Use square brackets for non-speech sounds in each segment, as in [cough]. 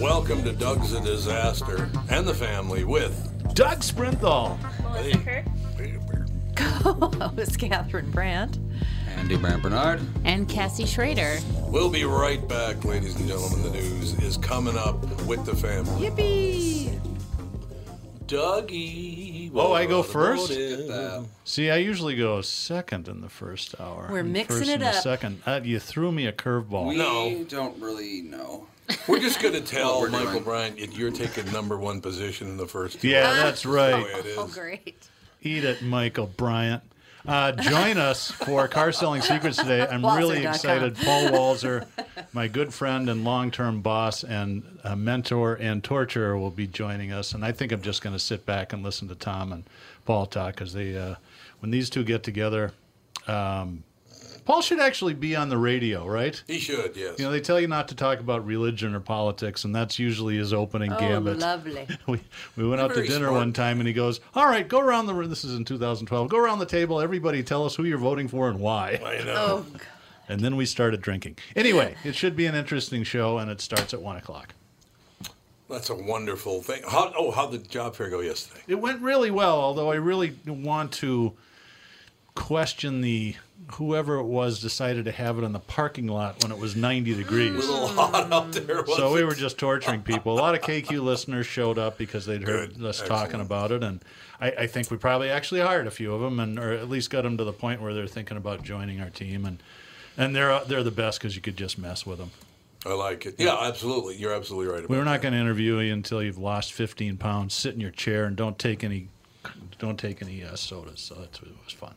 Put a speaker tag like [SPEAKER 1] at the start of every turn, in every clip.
[SPEAKER 1] Welcome to Doug's a Disaster and the family with.
[SPEAKER 2] Doug Sprinthal.
[SPEAKER 3] Melissa Kirk.
[SPEAKER 4] host Catherine Brandt.
[SPEAKER 5] Andy Brand Bernard.
[SPEAKER 6] And Cassie Schrader.
[SPEAKER 1] We'll be right back, ladies and gentlemen. The news is coming up with the family.
[SPEAKER 4] Yippee!
[SPEAKER 1] Dougie.
[SPEAKER 2] Oh, I go
[SPEAKER 1] what about
[SPEAKER 2] first?
[SPEAKER 1] it?
[SPEAKER 2] See, I usually go second in the first hour.
[SPEAKER 4] We're
[SPEAKER 2] and
[SPEAKER 4] mixing
[SPEAKER 2] first
[SPEAKER 4] it
[SPEAKER 2] in the
[SPEAKER 4] up.
[SPEAKER 2] Second, uh, you threw me a curveball.
[SPEAKER 5] We
[SPEAKER 1] No.
[SPEAKER 5] don't really know.
[SPEAKER 1] We're just going to tell
[SPEAKER 5] we're
[SPEAKER 1] Michael
[SPEAKER 5] doing.
[SPEAKER 1] Bryant that you're taking number one position in the first two.
[SPEAKER 2] Yeah, that's right.
[SPEAKER 1] It is.
[SPEAKER 6] Oh, great.
[SPEAKER 2] Eat it, Michael Bryant. Uh, join us for Car Selling Secrets today. I'm really
[SPEAKER 4] Walzer.com.
[SPEAKER 2] excited. Paul Walzer, my good friend and long term boss and uh mentor and torturer, will be joining us. And I think I'm just going to sit back and listen to Tom and Paul talk because they, uh, when these two get together, um, Paul should actually be on the radio, right?
[SPEAKER 1] He should, yes.
[SPEAKER 2] You know, they tell you not to talk about religion or politics, and that's usually his opening
[SPEAKER 4] Oh,
[SPEAKER 2] gambit.
[SPEAKER 4] lovely.
[SPEAKER 2] [laughs] We, we went out to
[SPEAKER 1] Very
[SPEAKER 2] dinner
[SPEAKER 1] smart.
[SPEAKER 2] one time, and he goes, "All right, go around the room. This is in 2012. Go around the table. Everybody, tell us who you're voting for and why." [laughs]
[SPEAKER 1] I know.
[SPEAKER 4] [laughs] Oh,
[SPEAKER 2] And then we started drinking. Anyway, it should be an interesting show, and it starts at one o'clock.
[SPEAKER 1] That's a wonderful thing. How, oh, how'd the job fair go yesterday? [laughs]
[SPEAKER 2] It went really well, although I really want to question the whoever it was decided to have it in the parking lot when it was 90 degrees.
[SPEAKER 1] It was a lot out there. Wasn't
[SPEAKER 2] So we
[SPEAKER 1] it?
[SPEAKER 2] were just torturing people. A lot of KQ listeners showed up because they'd heard
[SPEAKER 1] Good.
[SPEAKER 2] us talking
[SPEAKER 1] Excellent.
[SPEAKER 2] about it, and I, I think we probably actually hired a few of them, and or at least got them to the point where they're thinking about joining our team, and and they're they're the best because you could just mess with them.
[SPEAKER 1] I like it. Yeah, absolutely. You're absolutely right.
[SPEAKER 2] We
[SPEAKER 1] About
[SPEAKER 2] were not going to interview you until you've lost 15 pounds, sit in your chair, and don't take any don't take any uh, sodas. So that's, it was fun.
[SPEAKER 1] it.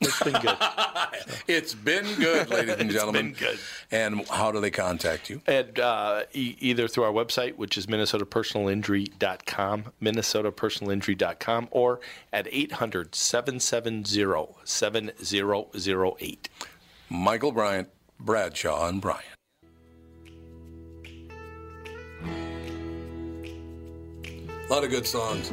[SPEAKER 3] It's been good.
[SPEAKER 1] [laughs] It's been good, ladies and gentlemen.
[SPEAKER 3] been good.
[SPEAKER 1] And how do they contact you?
[SPEAKER 3] And uh, e- either through our website, which is minnesotapersonalinjury.com, minnesotapersonalinjury.com, or at 800-770-7008.
[SPEAKER 1] Michael Bryant, Bradshaw, and Bryant. A lot of good songs.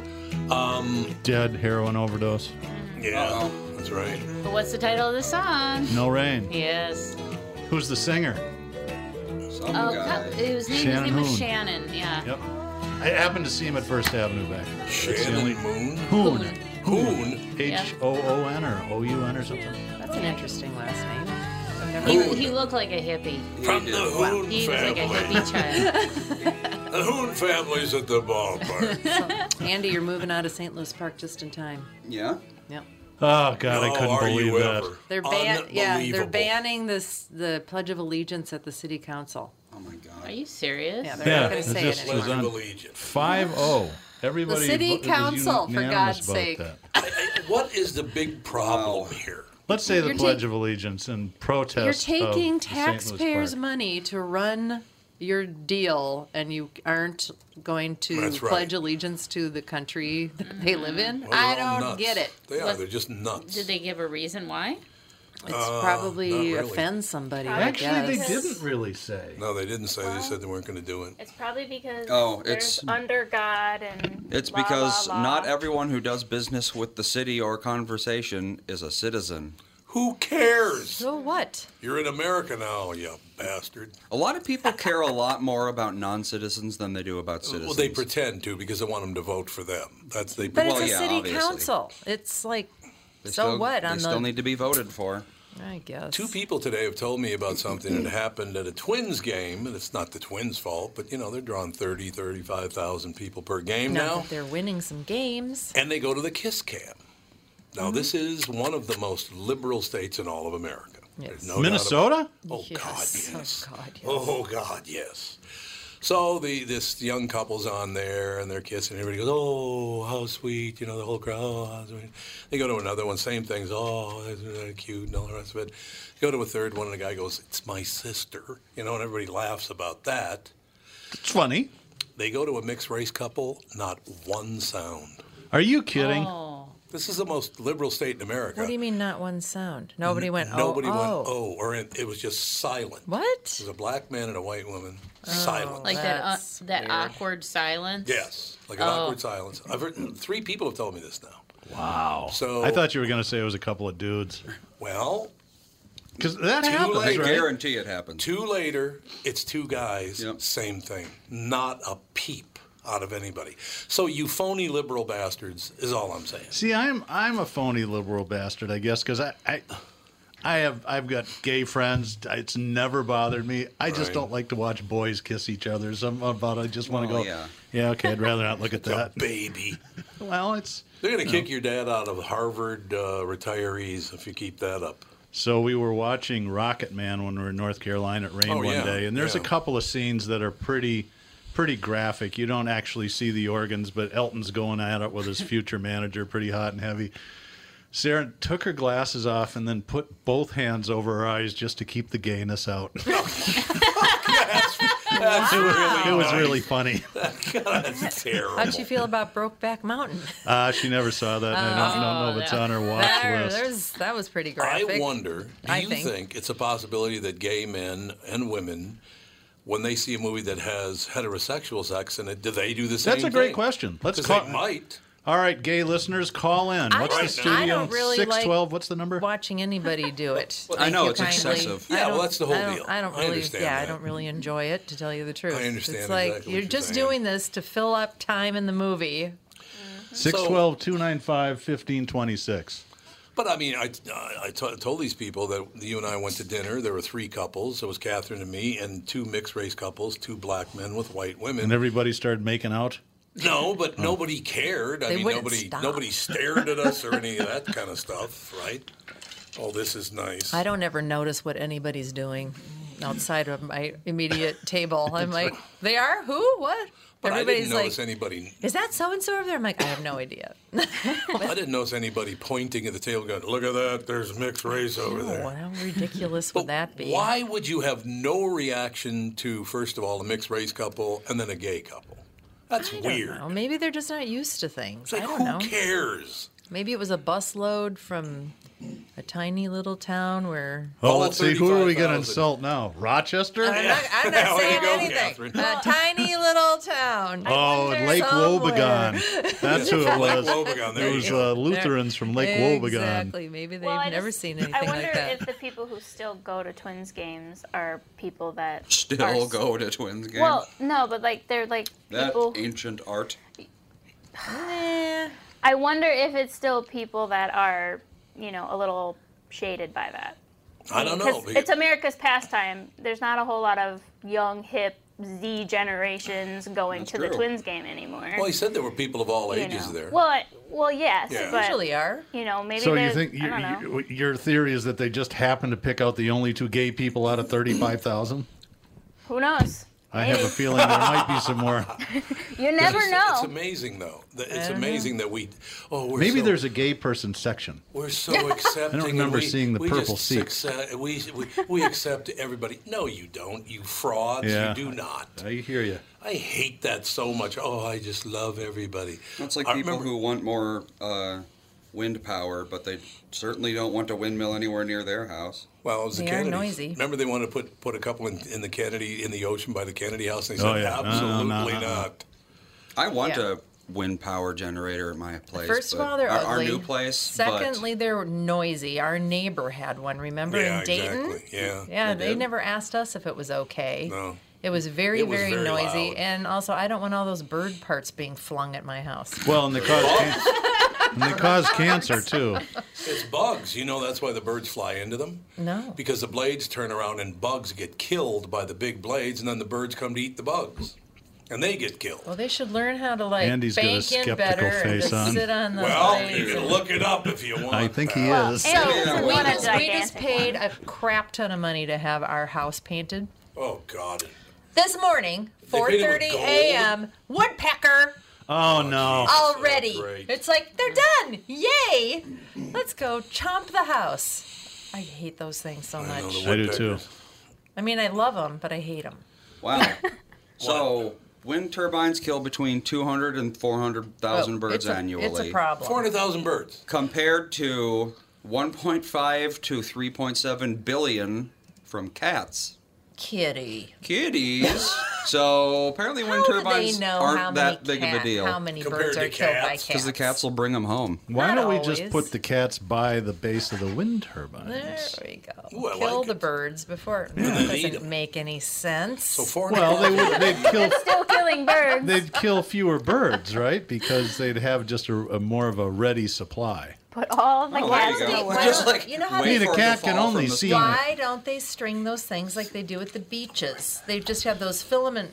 [SPEAKER 1] Um,
[SPEAKER 2] Dead heroin overdose,
[SPEAKER 1] yeah, that's right.
[SPEAKER 6] But what's the title of the song?
[SPEAKER 2] no rain.
[SPEAKER 6] Yes.
[SPEAKER 2] Who's the singer?
[SPEAKER 5] Some
[SPEAKER 6] Oh,
[SPEAKER 5] guy.
[SPEAKER 6] God, it was name, his
[SPEAKER 2] Shannon
[SPEAKER 6] name was
[SPEAKER 2] Hoon.
[SPEAKER 6] Shannon. Yeah.
[SPEAKER 2] Yep. I happened to see him at First Avenue back. then. That's the
[SPEAKER 1] Shannon
[SPEAKER 2] only-
[SPEAKER 1] Moon.
[SPEAKER 2] Hoon.
[SPEAKER 1] Hoon.
[SPEAKER 2] H O O N or O U N or something.
[SPEAKER 4] that's an interesting last name. I've
[SPEAKER 1] Oh.
[SPEAKER 4] never
[SPEAKER 6] He,
[SPEAKER 4] heard
[SPEAKER 6] he looked like a hippie.
[SPEAKER 1] From the Hoon
[SPEAKER 6] He was like a
[SPEAKER 1] family.
[SPEAKER 6] hippie child.
[SPEAKER 1] the Hoon family's at the [laughs] ballpark.
[SPEAKER 4] of it. Andy, you're moving out of St. Louis Park just in time.
[SPEAKER 5] Yeah.
[SPEAKER 4] Yep.
[SPEAKER 2] Oh God, I
[SPEAKER 1] Oh,
[SPEAKER 2] couldn't
[SPEAKER 1] are you
[SPEAKER 2] believe that.
[SPEAKER 1] ever.
[SPEAKER 4] They're ban- yeah, they're
[SPEAKER 1] Unbelievable.
[SPEAKER 4] banning this the Pledge of Allegiance at the city council.
[SPEAKER 5] Oh my God.
[SPEAKER 6] Are you serious?
[SPEAKER 4] Yeah, they're
[SPEAKER 2] Yeah,
[SPEAKER 4] not going
[SPEAKER 2] it's
[SPEAKER 4] to say
[SPEAKER 2] just-
[SPEAKER 4] it
[SPEAKER 1] Pledge
[SPEAKER 4] anymore.
[SPEAKER 1] of
[SPEAKER 2] on-
[SPEAKER 1] Allegiance.
[SPEAKER 2] Five zero. Everybody.
[SPEAKER 4] city
[SPEAKER 2] vo- it was
[SPEAKER 4] council, for
[SPEAKER 2] unanimous
[SPEAKER 4] God's
[SPEAKER 2] about
[SPEAKER 4] sake.
[SPEAKER 2] that.
[SPEAKER 1] What is the big problem here?
[SPEAKER 2] Let's say the
[SPEAKER 4] You're
[SPEAKER 2] Pledge
[SPEAKER 4] ta-
[SPEAKER 2] of Allegiance and protest.
[SPEAKER 4] You're
[SPEAKER 2] of
[SPEAKER 4] taking
[SPEAKER 2] the St. Louis
[SPEAKER 4] taxpayers'
[SPEAKER 2] Park.
[SPEAKER 4] money to run your deal, and you aren't going to
[SPEAKER 1] That's right.
[SPEAKER 4] pledge allegiance to the country that they live in.
[SPEAKER 1] Well,
[SPEAKER 4] I
[SPEAKER 1] they're all
[SPEAKER 4] don't
[SPEAKER 1] nuts.
[SPEAKER 4] get it.
[SPEAKER 1] They are.
[SPEAKER 6] Let's-
[SPEAKER 1] They're just nuts.
[SPEAKER 6] Did they give a reason why?
[SPEAKER 4] It's probably
[SPEAKER 1] Uh, not really.
[SPEAKER 4] offends somebody. I
[SPEAKER 2] Actually, they
[SPEAKER 4] guess.
[SPEAKER 2] didn't really say.
[SPEAKER 1] No, they didn't say. They said they weren't going to do it.
[SPEAKER 7] It's probably because
[SPEAKER 5] Oh,
[SPEAKER 7] there's
[SPEAKER 5] it's-
[SPEAKER 7] under God and
[SPEAKER 5] It's
[SPEAKER 7] la, la,
[SPEAKER 5] because
[SPEAKER 7] la.
[SPEAKER 5] not everyone who does business with the city or conversation is a citizen.
[SPEAKER 1] Who cares?
[SPEAKER 4] So what?
[SPEAKER 1] You're in America now, you bastard.
[SPEAKER 5] A lot of people care a lot more about non-citizens than they do about citizens.
[SPEAKER 1] Well, they pretend to because they want them to vote for them. That's they.
[SPEAKER 4] But
[SPEAKER 5] Well,
[SPEAKER 4] it's a
[SPEAKER 5] yeah,
[SPEAKER 4] city
[SPEAKER 5] obviously.
[SPEAKER 4] council. It's like,
[SPEAKER 5] They
[SPEAKER 4] so
[SPEAKER 5] still-
[SPEAKER 4] what?
[SPEAKER 5] They
[SPEAKER 4] On
[SPEAKER 5] still
[SPEAKER 4] the,
[SPEAKER 5] need to be voted for.
[SPEAKER 4] I guess.
[SPEAKER 1] Two people today have told me about something that happened at a Twins game, and it's not the Twins' fault, but you know, they're drawing 30, 35,000 people per game
[SPEAKER 4] Now
[SPEAKER 1] now,
[SPEAKER 4] that they're winning some games.
[SPEAKER 1] and they go to the Kiss Cam. Now, this
[SPEAKER 4] Mm-hmm.
[SPEAKER 1] is one of the most liberal states in all of America. There's
[SPEAKER 4] Yes.
[SPEAKER 1] no doubt about-
[SPEAKER 2] Minnesota?
[SPEAKER 1] Oh, God, yes.
[SPEAKER 4] Oh, God, yes.
[SPEAKER 1] Oh God, yes. So the this young couple's on there and they're kissing. Everybody goes, "Oh, how sweet!" You know, the whole crowd. Oh, how sweet. They go to another one, same things. Oh, isn't that cute, and all the rest of it. Go to a third one, and the guy goes, "It's my sister," you know, and everybody laughs about that.
[SPEAKER 2] It's funny.
[SPEAKER 1] They go to a mixed race couple, not one sound.
[SPEAKER 2] Are you kidding?
[SPEAKER 6] Oh.
[SPEAKER 1] This is the most liberal state in America.
[SPEAKER 4] What do you mean not one sound? Nobody went, oh,
[SPEAKER 1] Nobody
[SPEAKER 4] oh.
[SPEAKER 1] went oh, or it, it was just silent.
[SPEAKER 4] What?
[SPEAKER 1] It was a black man and a white woman,
[SPEAKER 4] Oh.
[SPEAKER 1] silent.
[SPEAKER 6] Like that uh,
[SPEAKER 4] That's
[SPEAKER 6] that awkward silence.
[SPEAKER 1] Yes, like an
[SPEAKER 4] Oh.
[SPEAKER 1] awkward silence. I've heard [clears throat] three people have told me this now.
[SPEAKER 2] Wow.
[SPEAKER 1] So-
[SPEAKER 2] I thought you were going to say it was a couple of dudes.
[SPEAKER 1] Well,
[SPEAKER 2] Because that
[SPEAKER 1] late,
[SPEAKER 2] happens,
[SPEAKER 1] Right.
[SPEAKER 5] I
[SPEAKER 2] right?
[SPEAKER 5] guarantee it happens.
[SPEAKER 1] two later, it's two guys,
[SPEAKER 5] Yep.
[SPEAKER 1] same thing. Not a peep out of anybody. So you phony liberal bastards is all I'm saying.
[SPEAKER 2] See, I'm I'm a phony liberal bastard, I guess, because I, I I have I've got gay friends. It's never bothered me. I just
[SPEAKER 1] Right.
[SPEAKER 2] don't like to watch boys kiss each other. Some about I just want to
[SPEAKER 5] Well,
[SPEAKER 2] go.
[SPEAKER 5] yeah.
[SPEAKER 2] yeah, okay. I'd rather not
[SPEAKER 5] [laughs]
[SPEAKER 2] look at that.
[SPEAKER 1] Baby,
[SPEAKER 2] Well, it's
[SPEAKER 1] they're gonna kick your dad out of Harvard uh, retirees if you keep that up. [laughs]
[SPEAKER 2] So we were watching Rocket Man when we were in North Carolina. It rained
[SPEAKER 1] Oh,
[SPEAKER 2] one
[SPEAKER 1] yeah,
[SPEAKER 2] day, and there's
[SPEAKER 1] yeah.
[SPEAKER 2] a couple of scenes that are pretty, pretty graphic. You don't actually see the organs, but Elton's going at it with
[SPEAKER 1] [laughs]
[SPEAKER 2] his future manager, pretty hot and heavy. Sarah took her glasses off and then put both hands over her eyes just to keep the gayness
[SPEAKER 1] [laughs]
[SPEAKER 2] out. it
[SPEAKER 1] That's
[SPEAKER 2] was really funny.
[SPEAKER 1] that's terrible.
[SPEAKER 4] How'd you feel about
[SPEAKER 1] [laughs]
[SPEAKER 4] Brokeback Mountain?
[SPEAKER 2] Uh, she never saw that. and I don't,
[SPEAKER 1] Oh,
[SPEAKER 2] don't know if it's on her watch
[SPEAKER 4] There,
[SPEAKER 2] list.
[SPEAKER 4] there's, that was pretty graphic.
[SPEAKER 1] I wonder. Do
[SPEAKER 4] I
[SPEAKER 1] you think.
[SPEAKER 4] think.
[SPEAKER 1] it's a possibility that gay men and women, when they see a movie that has heterosexual sex in it, do they do the same?
[SPEAKER 2] That's a great
[SPEAKER 1] thing?
[SPEAKER 2] question. Let's
[SPEAKER 1] 'Cause
[SPEAKER 2] call-
[SPEAKER 1] they might.
[SPEAKER 2] All right, gay listeners, call in. What's the
[SPEAKER 4] don't-
[SPEAKER 2] studio?
[SPEAKER 4] I don't really like
[SPEAKER 2] 612. What's the number?
[SPEAKER 4] Watching
[SPEAKER 1] [laughs]
[SPEAKER 4] anybody do it.
[SPEAKER 5] I know,
[SPEAKER 4] You
[SPEAKER 5] it's
[SPEAKER 4] kindly-
[SPEAKER 5] excessive.
[SPEAKER 4] I
[SPEAKER 1] Yeah, well,
[SPEAKER 4] don't-
[SPEAKER 1] that's the whole
[SPEAKER 4] I don't-
[SPEAKER 1] deal.
[SPEAKER 4] I don't
[SPEAKER 1] I
[SPEAKER 4] really,
[SPEAKER 1] understand
[SPEAKER 4] yeah, I
[SPEAKER 1] that.
[SPEAKER 4] don't really enjoy it, to tell you the truth.
[SPEAKER 1] understand
[SPEAKER 4] It's like
[SPEAKER 1] exactly what
[SPEAKER 4] you're
[SPEAKER 1] you're
[SPEAKER 4] just
[SPEAKER 1] saying.
[SPEAKER 4] doing this to fill up time in the movie.
[SPEAKER 2] 612 295 1526.
[SPEAKER 1] But I mean, I I t- told these people that you and I went to dinner. There were three couples. It was Catherine and me, and two mixed race couples, two black men with white women.
[SPEAKER 2] And everybody started making out.
[SPEAKER 1] no, but nobody cared. I
[SPEAKER 4] They
[SPEAKER 1] mean,
[SPEAKER 4] wouldn't
[SPEAKER 1] nobody
[SPEAKER 4] stop.
[SPEAKER 1] nobody stared at us or any of that kind of stuff, right? Oh, this is nice.
[SPEAKER 4] I don't ever notice what anybody's doing outside of my
[SPEAKER 1] [laughs]
[SPEAKER 4] immediate table. I'm like, they are who? What?
[SPEAKER 1] but I
[SPEAKER 4] Everybody's
[SPEAKER 1] didn't notice
[SPEAKER 4] like,
[SPEAKER 1] anybody.
[SPEAKER 4] is that so and so over there? I'm like, I have
[SPEAKER 1] [laughs]
[SPEAKER 4] no idea.
[SPEAKER 1] I didn't notice anybody pointing at the table, going, "Look at that! There's mixed race over there."
[SPEAKER 4] Oh, how
[SPEAKER 1] [laughs]
[SPEAKER 4] ridiculous
[SPEAKER 1] But
[SPEAKER 4] would that be?
[SPEAKER 1] Why would you have no reaction to first of all a mixed race couple and then a gay couple? That's
[SPEAKER 4] I don't
[SPEAKER 1] weird.
[SPEAKER 4] know. Maybe they're just not used to
[SPEAKER 1] It's
[SPEAKER 4] things.
[SPEAKER 1] like
[SPEAKER 4] I
[SPEAKER 1] who
[SPEAKER 4] don't know.
[SPEAKER 1] cares?
[SPEAKER 4] Maybe it was a busload from a tiny little town where.
[SPEAKER 1] [laughs]
[SPEAKER 2] Oh,
[SPEAKER 1] All
[SPEAKER 2] let's see. Who are we going to
[SPEAKER 1] 35,000.
[SPEAKER 2] insult now? Rochester?
[SPEAKER 4] I'm not,
[SPEAKER 1] [laughs]
[SPEAKER 4] I'm not
[SPEAKER 1] There you
[SPEAKER 4] saying
[SPEAKER 1] go,
[SPEAKER 4] anything.
[SPEAKER 1] Catherine. [laughs]
[SPEAKER 4] A tiny little town.
[SPEAKER 2] Oh, and Lake
[SPEAKER 4] Somewhere.
[SPEAKER 2] Wobegon. That's who
[SPEAKER 4] [laughs]
[SPEAKER 2] it
[SPEAKER 1] Like
[SPEAKER 2] was.
[SPEAKER 1] Wobegon, there
[SPEAKER 2] It
[SPEAKER 1] you
[SPEAKER 2] was
[SPEAKER 1] go.
[SPEAKER 2] uh, Lutherans from Lake Wobegon.
[SPEAKER 4] Exactly. Maybe they've
[SPEAKER 7] Well, I
[SPEAKER 4] never
[SPEAKER 7] just-
[SPEAKER 4] seen
[SPEAKER 7] I
[SPEAKER 4] anything
[SPEAKER 7] wonder
[SPEAKER 4] like that.
[SPEAKER 7] if the people who still go to Twins games are people
[SPEAKER 5] [laughs] [laughs]
[SPEAKER 7] that
[SPEAKER 5] Still
[SPEAKER 7] are s-
[SPEAKER 5] go to Twins games.
[SPEAKER 7] Well, no, but like they're like
[SPEAKER 5] that
[SPEAKER 7] people.
[SPEAKER 5] ancient art.
[SPEAKER 4] Eh,
[SPEAKER 7] I wonder if it's still people that are, you know, a little shaded by that.
[SPEAKER 1] I don't know.
[SPEAKER 7] Because it's America's pastime. There's not a whole lot of young, hip Z generations going
[SPEAKER 5] That's
[SPEAKER 7] to the
[SPEAKER 5] true.
[SPEAKER 7] Twins game anymore.
[SPEAKER 1] well, he said there were people of all
[SPEAKER 7] you
[SPEAKER 1] ages
[SPEAKER 7] know.
[SPEAKER 1] there.
[SPEAKER 7] Well, I- well, yes,
[SPEAKER 1] Yeah.
[SPEAKER 7] but
[SPEAKER 4] usually are.
[SPEAKER 7] you know, maybe
[SPEAKER 2] So you
[SPEAKER 7] there's-
[SPEAKER 2] think
[SPEAKER 7] I don't know.
[SPEAKER 2] you, you, your theory is that they just happened to pick out the only two gay people out of 35,000?
[SPEAKER 7] Who knows?
[SPEAKER 2] I have a
[SPEAKER 7] Maybe.
[SPEAKER 2] feeling there might be some
[SPEAKER 1] [laughs]
[SPEAKER 2] more.
[SPEAKER 7] You never
[SPEAKER 1] it's,
[SPEAKER 7] know.
[SPEAKER 1] it's amazing though. That- It's
[SPEAKER 4] Mm-hmm.
[SPEAKER 1] amazing that we. Oh, we're
[SPEAKER 2] Maybe
[SPEAKER 1] so,
[SPEAKER 2] there's a gay person section.
[SPEAKER 1] We're
[SPEAKER 7] [laughs]
[SPEAKER 1] so accepting. and
[SPEAKER 2] remember
[SPEAKER 1] we-
[SPEAKER 2] seeing the
[SPEAKER 1] we
[SPEAKER 2] purple
[SPEAKER 1] just
[SPEAKER 2] seat.
[SPEAKER 1] succe- we, we we accept everybody. No, you don't. You frauds.
[SPEAKER 2] Yeah.
[SPEAKER 1] You do not.
[SPEAKER 2] I hear you.
[SPEAKER 1] I hate that so much. Oh, I just love everybody.
[SPEAKER 5] That's like
[SPEAKER 1] I
[SPEAKER 5] people
[SPEAKER 1] remember-
[SPEAKER 5] who want more uh, wind power, but they certainly don't want a windmill anywhere near their house.
[SPEAKER 1] Well, it was the
[SPEAKER 4] They are
[SPEAKER 1] Kennedys.
[SPEAKER 4] noisy.
[SPEAKER 1] Remember, they wanted to put put a couple in, in the Kennedy in the ocean by the Kennedy House, and they
[SPEAKER 2] Oh,
[SPEAKER 1] said,
[SPEAKER 2] yeah. No, no, no,
[SPEAKER 1] "Absolutely
[SPEAKER 2] no, no.
[SPEAKER 1] not."
[SPEAKER 5] I want
[SPEAKER 4] Yeah.
[SPEAKER 5] a wind power generator at my place.
[SPEAKER 4] First of
[SPEAKER 5] but-
[SPEAKER 4] all, they're
[SPEAKER 5] our,
[SPEAKER 4] ugly.
[SPEAKER 5] our new place. but-
[SPEAKER 4] Secondly, they're noisy. Our neighbor had one. Remember
[SPEAKER 1] Yeah,
[SPEAKER 4] in Dayton?
[SPEAKER 1] exactly. Yeah.
[SPEAKER 4] Yeah,
[SPEAKER 5] They
[SPEAKER 4] they
[SPEAKER 5] did.
[SPEAKER 4] never asked us if it was okay.
[SPEAKER 1] No.
[SPEAKER 4] It was very,
[SPEAKER 1] It was
[SPEAKER 4] very,
[SPEAKER 1] very
[SPEAKER 4] noisy.
[SPEAKER 1] loud.
[SPEAKER 4] And also, I don't want all those bird parts being flung at my house.
[SPEAKER 2] Well, and they cause can- and they cause cancer too.
[SPEAKER 1] It's bugs. You know that's why the birds fly into them.
[SPEAKER 4] No.
[SPEAKER 1] Because the blades turn around and bugs get killed by the big blades, and then the birds come to eat the bugs, and they get killed.
[SPEAKER 4] Well, they should learn how to like
[SPEAKER 2] Andy's got a
[SPEAKER 4] bank in
[SPEAKER 2] skeptical
[SPEAKER 4] better and
[SPEAKER 2] face
[SPEAKER 4] just
[SPEAKER 2] on.
[SPEAKER 4] sit on the
[SPEAKER 1] Well,
[SPEAKER 4] blades
[SPEAKER 1] you
[SPEAKER 4] and-
[SPEAKER 1] can look it up if you want.
[SPEAKER 2] I think he
[SPEAKER 7] Well,
[SPEAKER 2] is.
[SPEAKER 7] and
[SPEAKER 5] Yeah,
[SPEAKER 7] we
[SPEAKER 4] We
[SPEAKER 5] well,
[SPEAKER 7] just,
[SPEAKER 4] just, we just paid
[SPEAKER 7] paid.
[SPEAKER 4] a crap ton of money to have our house painted.
[SPEAKER 1] Oh God.
[SPEAKER 4] This morning,
[SPEAKER 1] They painted with
[SPEAKER 4] 4:30 a.m., woodpecker
[SPEAKER 2] Oh no.
[SPEAKER 4] already.
[SPEAKER 1] great.
[SPEAKER 4] it's like they're done. Yay! Let's go chomp the house. I hate those things so
[SPEAKER 1] know,
[SPEAKER 4] much.
[SPEAKER 1] the
[SPEAKER 2] I do too.
[SPEAKER 1] woodpeckers.
[SPEAKER 4] I mean, I love them, but I hate them. [laughs]
[SPEAKER 5] Wow. so wind turbines kill between 200 and 400,000 birds
[SPEAKER 4] Oh, it's a,
[SPEAKER 5] annually.
[SPEAKER 4] It's a problem.
[SPEAKER 1] Four hundred thousand birds.
[SPEAKER 5] Compared to 1.5 to 3.7 billion from cats.
[SPEAKER 4] Kitty. [laughs]
[SPEAKER 5] Kitties. so apparently wind
[SPEAKER 4] How do
[SPEAKER 5] turbines
[SPEAKER 4] they know
[SPEAKER 5] aren't
[SPEAKER 4] how many
[SPEAKER 5] that big of
[SPEAKER 4] cat-
[SPEAKER 5] a deal.
[SPEAKER 4] How many
[SPEAKER 1] Compared
[SPEAKER 4] birds
[SPEAKER 1] to
[SPEAKER 4] are killed by
[SPEAKER 1] cats?
[SPEAKER 4] cats?
[SPEAKER 5] 'Cause the cats will bring them home.
[SPEAKER 2] Why
[SPEAKER 4] Not
[SPEAKER 2] don't we just
[SPEAKER 4] always.
[SPEAKER 2] put the cats by the base of the wind
[SPEAKER 4] There
[SPEAKER 2] turbines?
[SPEAKER 4] we go.
[SPEAKER 1] Ooh, I
[SPEAKER 4] Kill
[SPEAKER 1] like
[SPEAKER 4] the
[SPEAKER 1] it.
[SPEAKER 4] birds before. It
[SPEAKER 1] they eat
[SPEAKER 4] doesn't
[SPEAKER 1] 'em.
[SPEAKER 4] make any sense.
[SPEAKER 1] So four hundred.
[SPEAKER 2] Well, they would. They'd kill.
[SPEAKER 7] Still killing birds.
[SPEAKER 2] They'd kill fewer birds, right? Because they'd have just a, a more of a ready supply.
[SPEAKER 7] Put all the
[SPEAKER 5] Oh, there
[SPEAKER 7] cats
[SPEAKER 5] you
[SPEAKER 7] in
[SPEAKER 5] [laughs]
[SPEAKER 7] the
[SPEAKER 5] go.
[SPEAKER 4] Well,
[SPEAKER 7] world.
[SPEAKER 5] Just like
[SPEAKER 4] you know how
[SPEAKER 5] wait
[SPEAKER 4] they-
[SPEAKER 2] I mean, a
[SPEAKER 5] for it to
[SPEAKER 2] cat can
[SPEAKER 5] fall
[SPEAKER 2] only
[SPEAKER 5] from the
[SPEAKER 2] see-
[SPEAKER 5] sky.
[SPEAKER 4] Why don't they string those things like they do at the beaches? They just have those filament.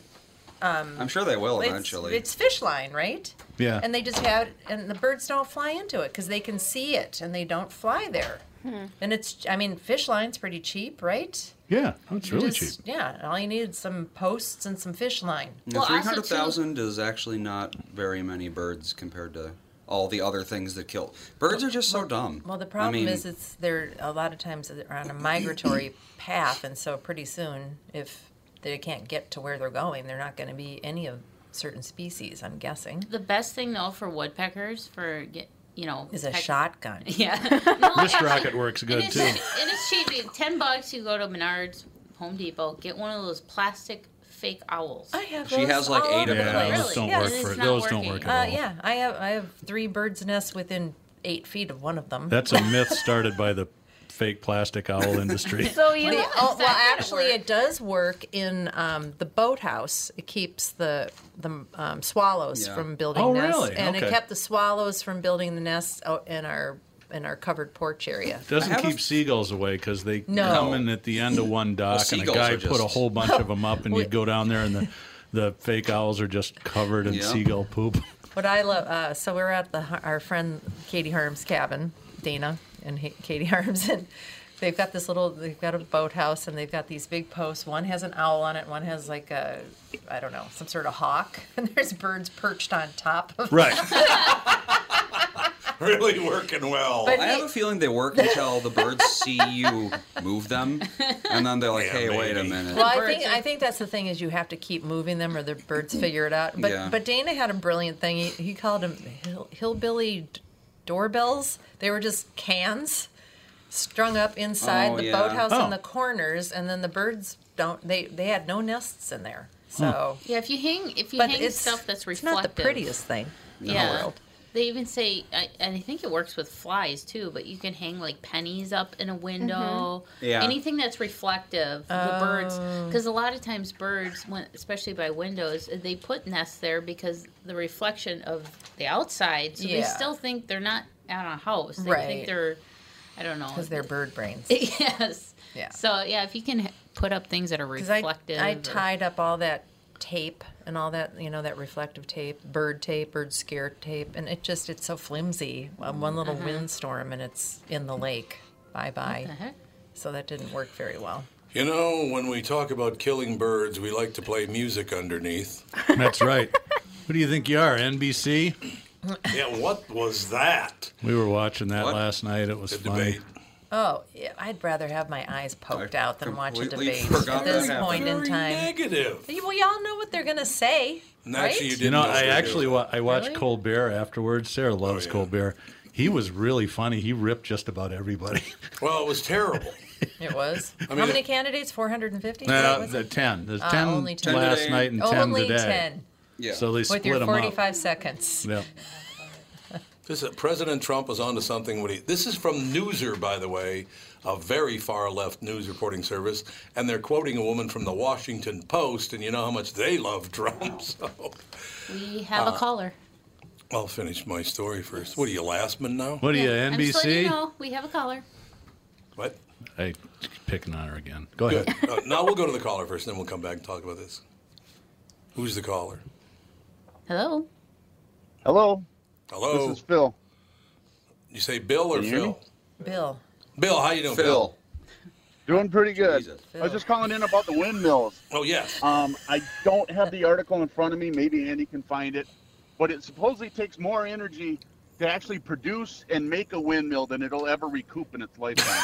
[SPEAKER 5] I'm sure they will
[SPEAKER 4] It's,
[SPEAKER 5] eventually.
[SPEAKER 4] it's fish line, right?
[SPEAKER 2] Yeah.
[SPEAKER 4] And they just have, and the birds don't fly into it because they can see it and they don't fly there. And it's, I mean, fish line's pretty cheap, right?
[SPEAKER 2] Yeah, that's
[SPEAKER 4] You
[SPEAKER 2] really cheap.
[SPEAKER 4] just- Yeah, all you need is some posts and some fish line.
[SPEAKER 5] Now,
[SPEAKER 6] Well, also, too-
[SPEAKER 5] 300,000 is actually not very many birds compared to all the other things that kill. Birds are just so dumb.
[SPEAKER 4] Well, the
[SPEAKER 5] I
[SPEAKER 4] problem
[SPEAKER 5] mean,
[SPEAKER 4] is it's they're a lot of times they're on a
[SPEAKER 5] [clears throat]
[SPEAKER 4] migratory path, and so pretty soon, if they can't get to where they're going, they're not going to be any of certain species. I'm guessing
[SPEAKER 6] The best thing though for woodpeckers for get you know
[SPEAKER 4] is a
[SPEAKER 6] peck-
[SPEAKER 4] shotgun.
[SPEAKER 6] [laughs] Yeah.
[SPEAKER 2] Wrist rocket works
[SPEAKER 6] And
[SPEAKER 2] good
[SPEAKER 6] it's,
[SPEAKER 2] too.
[SPEAKER 6] and it's cheap. You- Ten bucks, you go to Menards, Home Depot, get one of those plastic fake owls.
[SPEAKER 4] [laughs] I have.
[SPEAKER 5] She
[SPEAKER 4] those
[SPEAKER 5] has like
[SPEAKER 4] all
[SPEAKER 5] eight
[SPEAKER 4] over
[SPEAKER 5] of
[SPEAKER 4] the
[SPEAKER 5] them.
[SPEAKER 2] Yeah,
[SPEAKER 4] place.
[SPEAKER 2] those don't
[SPEAKER 4] Yes.
[SPEAKER 2] work
[SPEAKER 6] It's
[SPEAKER 2] for
[SPEAKER 6] not
[SPEAKER 2] those don't
[SPEAKER 6] working.
[SPEAKER 2] work
[SPEAKER 4] Uh,
[SPEAKER 2] at all.
[SPEAKER 4] yeah, I have. I have three birds' nests within eight feet of one of them.
[SPEAKER 2] That's a myth started by the fake plastic owl industry.
[SPEAKER 7] So you.
[SPEAKER 4] The- oh, well,
[SPEAKER 6] that would
[SPEAKER 4] actually,
[SPEAKER 6] work.
[SPEAKER 4] it does work in um, the boathouse. It keeps the the um, swallows
[SPEAKER 5] Yeah.
[SPEAKER 4] from building
[SPEAKER 2] Oh,
[SPEAKER 4] nests,
[SPEAKER 2] really?
[SPEAKER 4] and
[SPEAKER 2] Okay.
[SPEAKER 4] it kept the swallows from building the nests out in our in our covered porch area.
[SPEAKER 2] Doesn't
[SPEAKER 5] I have a
[SPEAKER 2] keep
[SPEAKER 5] f-
[SPEAKER 2] seagulls away because they
[SPEAKER 4] No.
[SPEAKER 2] come in at the end of one dock, and a
[SPEAKER 5] seagulls
[SPEAKER 2] guy
[SPEAKER 5] are
[SPEAKER 2] put a
[SPEAKER 5] just-
[SPEAKER 2] whole bunch of them up, and
[SPEAKER 4] We- [laughs]
[SPEAKER 2] you'd go down there, and the, the fake owls are just covered in
[SPEAKER 5] Yeah.
[SPEAKER 2] seagull poop.
[SPEAKER 4] What I love, uh, so we're at the our friend Katie Harms' cabin, Dana and he, Katie [laughs] Harms, and they've got this little, they've got a boathouse, and they've got these big posts. One has an owl on it, one has like a, I don't know, some sort of hawk, [laughs] and there's birds perched on top of.
[SPEAKER 2] Right.
[SPEAKER 1] [laughs] really working well.
[SPEAKER 4] But-
[SPEAKER 5] I have a feeling they work until
[SPEAKER 4] [laughs]
[SPEAKER 5] the birds see you move them, and then they're like,
[SPEAKER 1] Yeah,
[SPEAKER 5] "Hey, wait a
[SPEAKER 1] maybe.
[SPEAKER 5] minute."
[SPEAKER 4] Well, I
[SPEAKER 5] eh?
[SPEAKER 4] think I think that's the thing is you have to keep moving them or the birds figure it out. But
[SPEAKER 5] Mm-hmm. Yeah.
[SPEAKER 4] but Dana had a brilliant thing. He, he called them hill, hillbilly d- doorbells. They were just cans strung up inside
[SPEAKER 5] Oh,
[SPEAKER 4] the
[SPEAKER 5] yeah.
[SPEAKER 4] boathouse
[SPEAKER 2] Oh.
[SPEAKER 4] in the corners, and then the birds don't. They they had no nests in there. So,
[SPEAKER 6] yeah, if you hang if you
[SPEAKER 4] but
[SPEAKER 6] hang
[SPEAKER 4] it's
[SPEAKER 6] stuff that's
[SPEAKER 4] it's
[SPEAKER 6] reflective,
[SPEAKER 4] not the prettiest thing.
[SPEAKER 6] yeah.
[SPEAKER 4] world.
[SPEAKER 6] They even say, I, and I think it works with flies too. But you can hang like pennies up in a
[SPEAKER 4] Mm-hmm.
[SPEAKER 6] window.
[SPEAKER 5] Yeah.
[SPEAKER 6] Anything that's reflective, the birds,
[SPEAKER 4] Oh.
[SPEAKER 6] because a lot of times birds, when, especially by windows, they put nests there because the reflection of the outside. So they
[SPEAKER 4] Yeah.
[SPEAKER 6] still think they're not out on a house. They
[SPEAKER 4] Right.
[SPEAKER 6] think they're, I don't know,
[SPEAKER 4] Because
[SPEAKER 6] [laughs]
[SPEAKER 4] they're bird brains.
[SPEAKER 6] yes.
[SPEAKER 4] Yeah.
[SPEAKER 6] So yeah, if you can h- put up things that are
[SPEAKER 4] Because I,
[SPEAKER 6] reflective.
[SPEAKER 4] I
[SPEAKER 6] or-
[SPEAKER 4] tied up all that tape and all that, you know, that reflective tape, bird tape, bird scare tape, and it just, it's so flimsy. Um, one little windstorm and it's in the lake. Bye bye.
[SPEAKER 6] Mm-hmm. The heck?
[SPEAKER 4] So that didn't work very well.
[SPEAKER 1] you know, when we talk about killing birds, we like to play music underneath.
[SPEAKER 2] That's right. Who do you think you are, NBC?
[SPEAKER 1] yeah, what was that?
[SPEAKER 2] We were watching that
[SPEAKER 5] What?
[SPEAKER 2] last night. It was
[SPEAKER 1] The
[SPEAKER 2] funny.
[SPEAKER 1] debate.
[SPEAKER 4] Oh, yeah, I'd rather have my eyes poked
[SPEAKER 5] I
[SPEAKER 4] out than watch a
[SPEAKER 5] completely
[SPEAKER 4] debate
[SPEAKER 5] forgot
[SPEAKER 4] at this
[SPEAKER 5] that
[SPEAKER 4] point in
[SPEAKER 1] Very
[SPEAKER 4] time.
[SPEAKER 1] negative.
[SPEAKER 4] We all know what they're going to say.
[SPEAKER 1] And actually,
[SPEAKER 4] right?
[SPEAKER 1] you didn't
[SPEAKER 2] You know,
[SPEAKER 1] know
[SPEAKER 2] I
[SPEAKER 1] they
[SPEAKER 2] actually
[SPEAKER 1] did.
[SPEAKER 2] wa- I watched
[SPEAKER 4] Really?
[SPEAKER 2] Colbert afterwards. Sarah loves
[SPEAKER 1] yeah.
[SPEAKER 2] Colbert. He was really funny. He ripped just about everybody.
[SPEAKER 1] Well, it was terrible.
[SPEAKER 4] It was.
[SPEAKER 1] mean,
[SPEAKER 4] How many
[SPEAKER 1] it-
[SPEAKER 4] candidates? 450?
[SPEAKER 2] [laughs] Uh, the ten. There's
[SPEAKER 4] Uh,
[SPEAKER 2] ten
[SPEAKER 4] only 10
[SPEAKER 2] last
[SPEAKER 5] today.
[SPEAKER 2] night and ten
[SPEAKER 4] Only
[SPEAKER 2] today.
[SPEAKER 4] 10.
[SPEAKER 5] Yeah.
[SPEAKER 2] So they
[SPEAKER 4] with
[SPEAKER 2] split
[SPEAKER 4] your
[SPEAKER 2] them up.
[SPEAKER 4] 45 seconds.
[SPEAKER 2] Yeah.
[SPEAKER 1] This is, President Trump was onto something. When he, this is from Newser, by the way, a very far left news reporting service, and they're quoting a woman from the Washington Post, and you know how much they love Trump. [laughs] So
[SPEAKER 6] We have a caller.
[SPEAKER 1] I'll finish my story first. What are you, Lastman now?
[SPEAKER 2] What are you,
[SPEAKER 6] Yeah, I'm just letting
[SPEAKER 2] NBC?
[SPEAKER 6] you know, we have a caller.
[SPEAKER 1] What?
[SPEAKER 2] Hey, picking on her again. Go ahead.
[SPEAKER 1] Good. Uh, now we'll go to the caller first, and then we'll come back and talk about this. Who's the caller?
[SPEAKER 6] Hello.
[SPEAKER 8] Hello,
[SPEAKER 1] Hello.
[SPEAKER 8] this is Phil.
[SPEAKER 1] You say Bill or
[SPEAKER 8] Can you hear
[SPEAKER 1] Phil?
[SPEAKER 8] me?
[SPEAKER 4] Bill.
[SPEAKER 1] Bill, how you doing,
[SPEAKER 5] Phil.
[SPEAKER 8] Doing pretty good.
[SPEAKER 5] Jesus.
[SPEAKER 8] I was just calling in about the windmills.
[SPEAKER 1] Oh yes.
[SPEAKER 8] Um, I don't have the article in front of me. Maybe Andy can find it. But it supposedly takes more energy to actually produce and make a windmill than it'll ever recoup in its lifetime.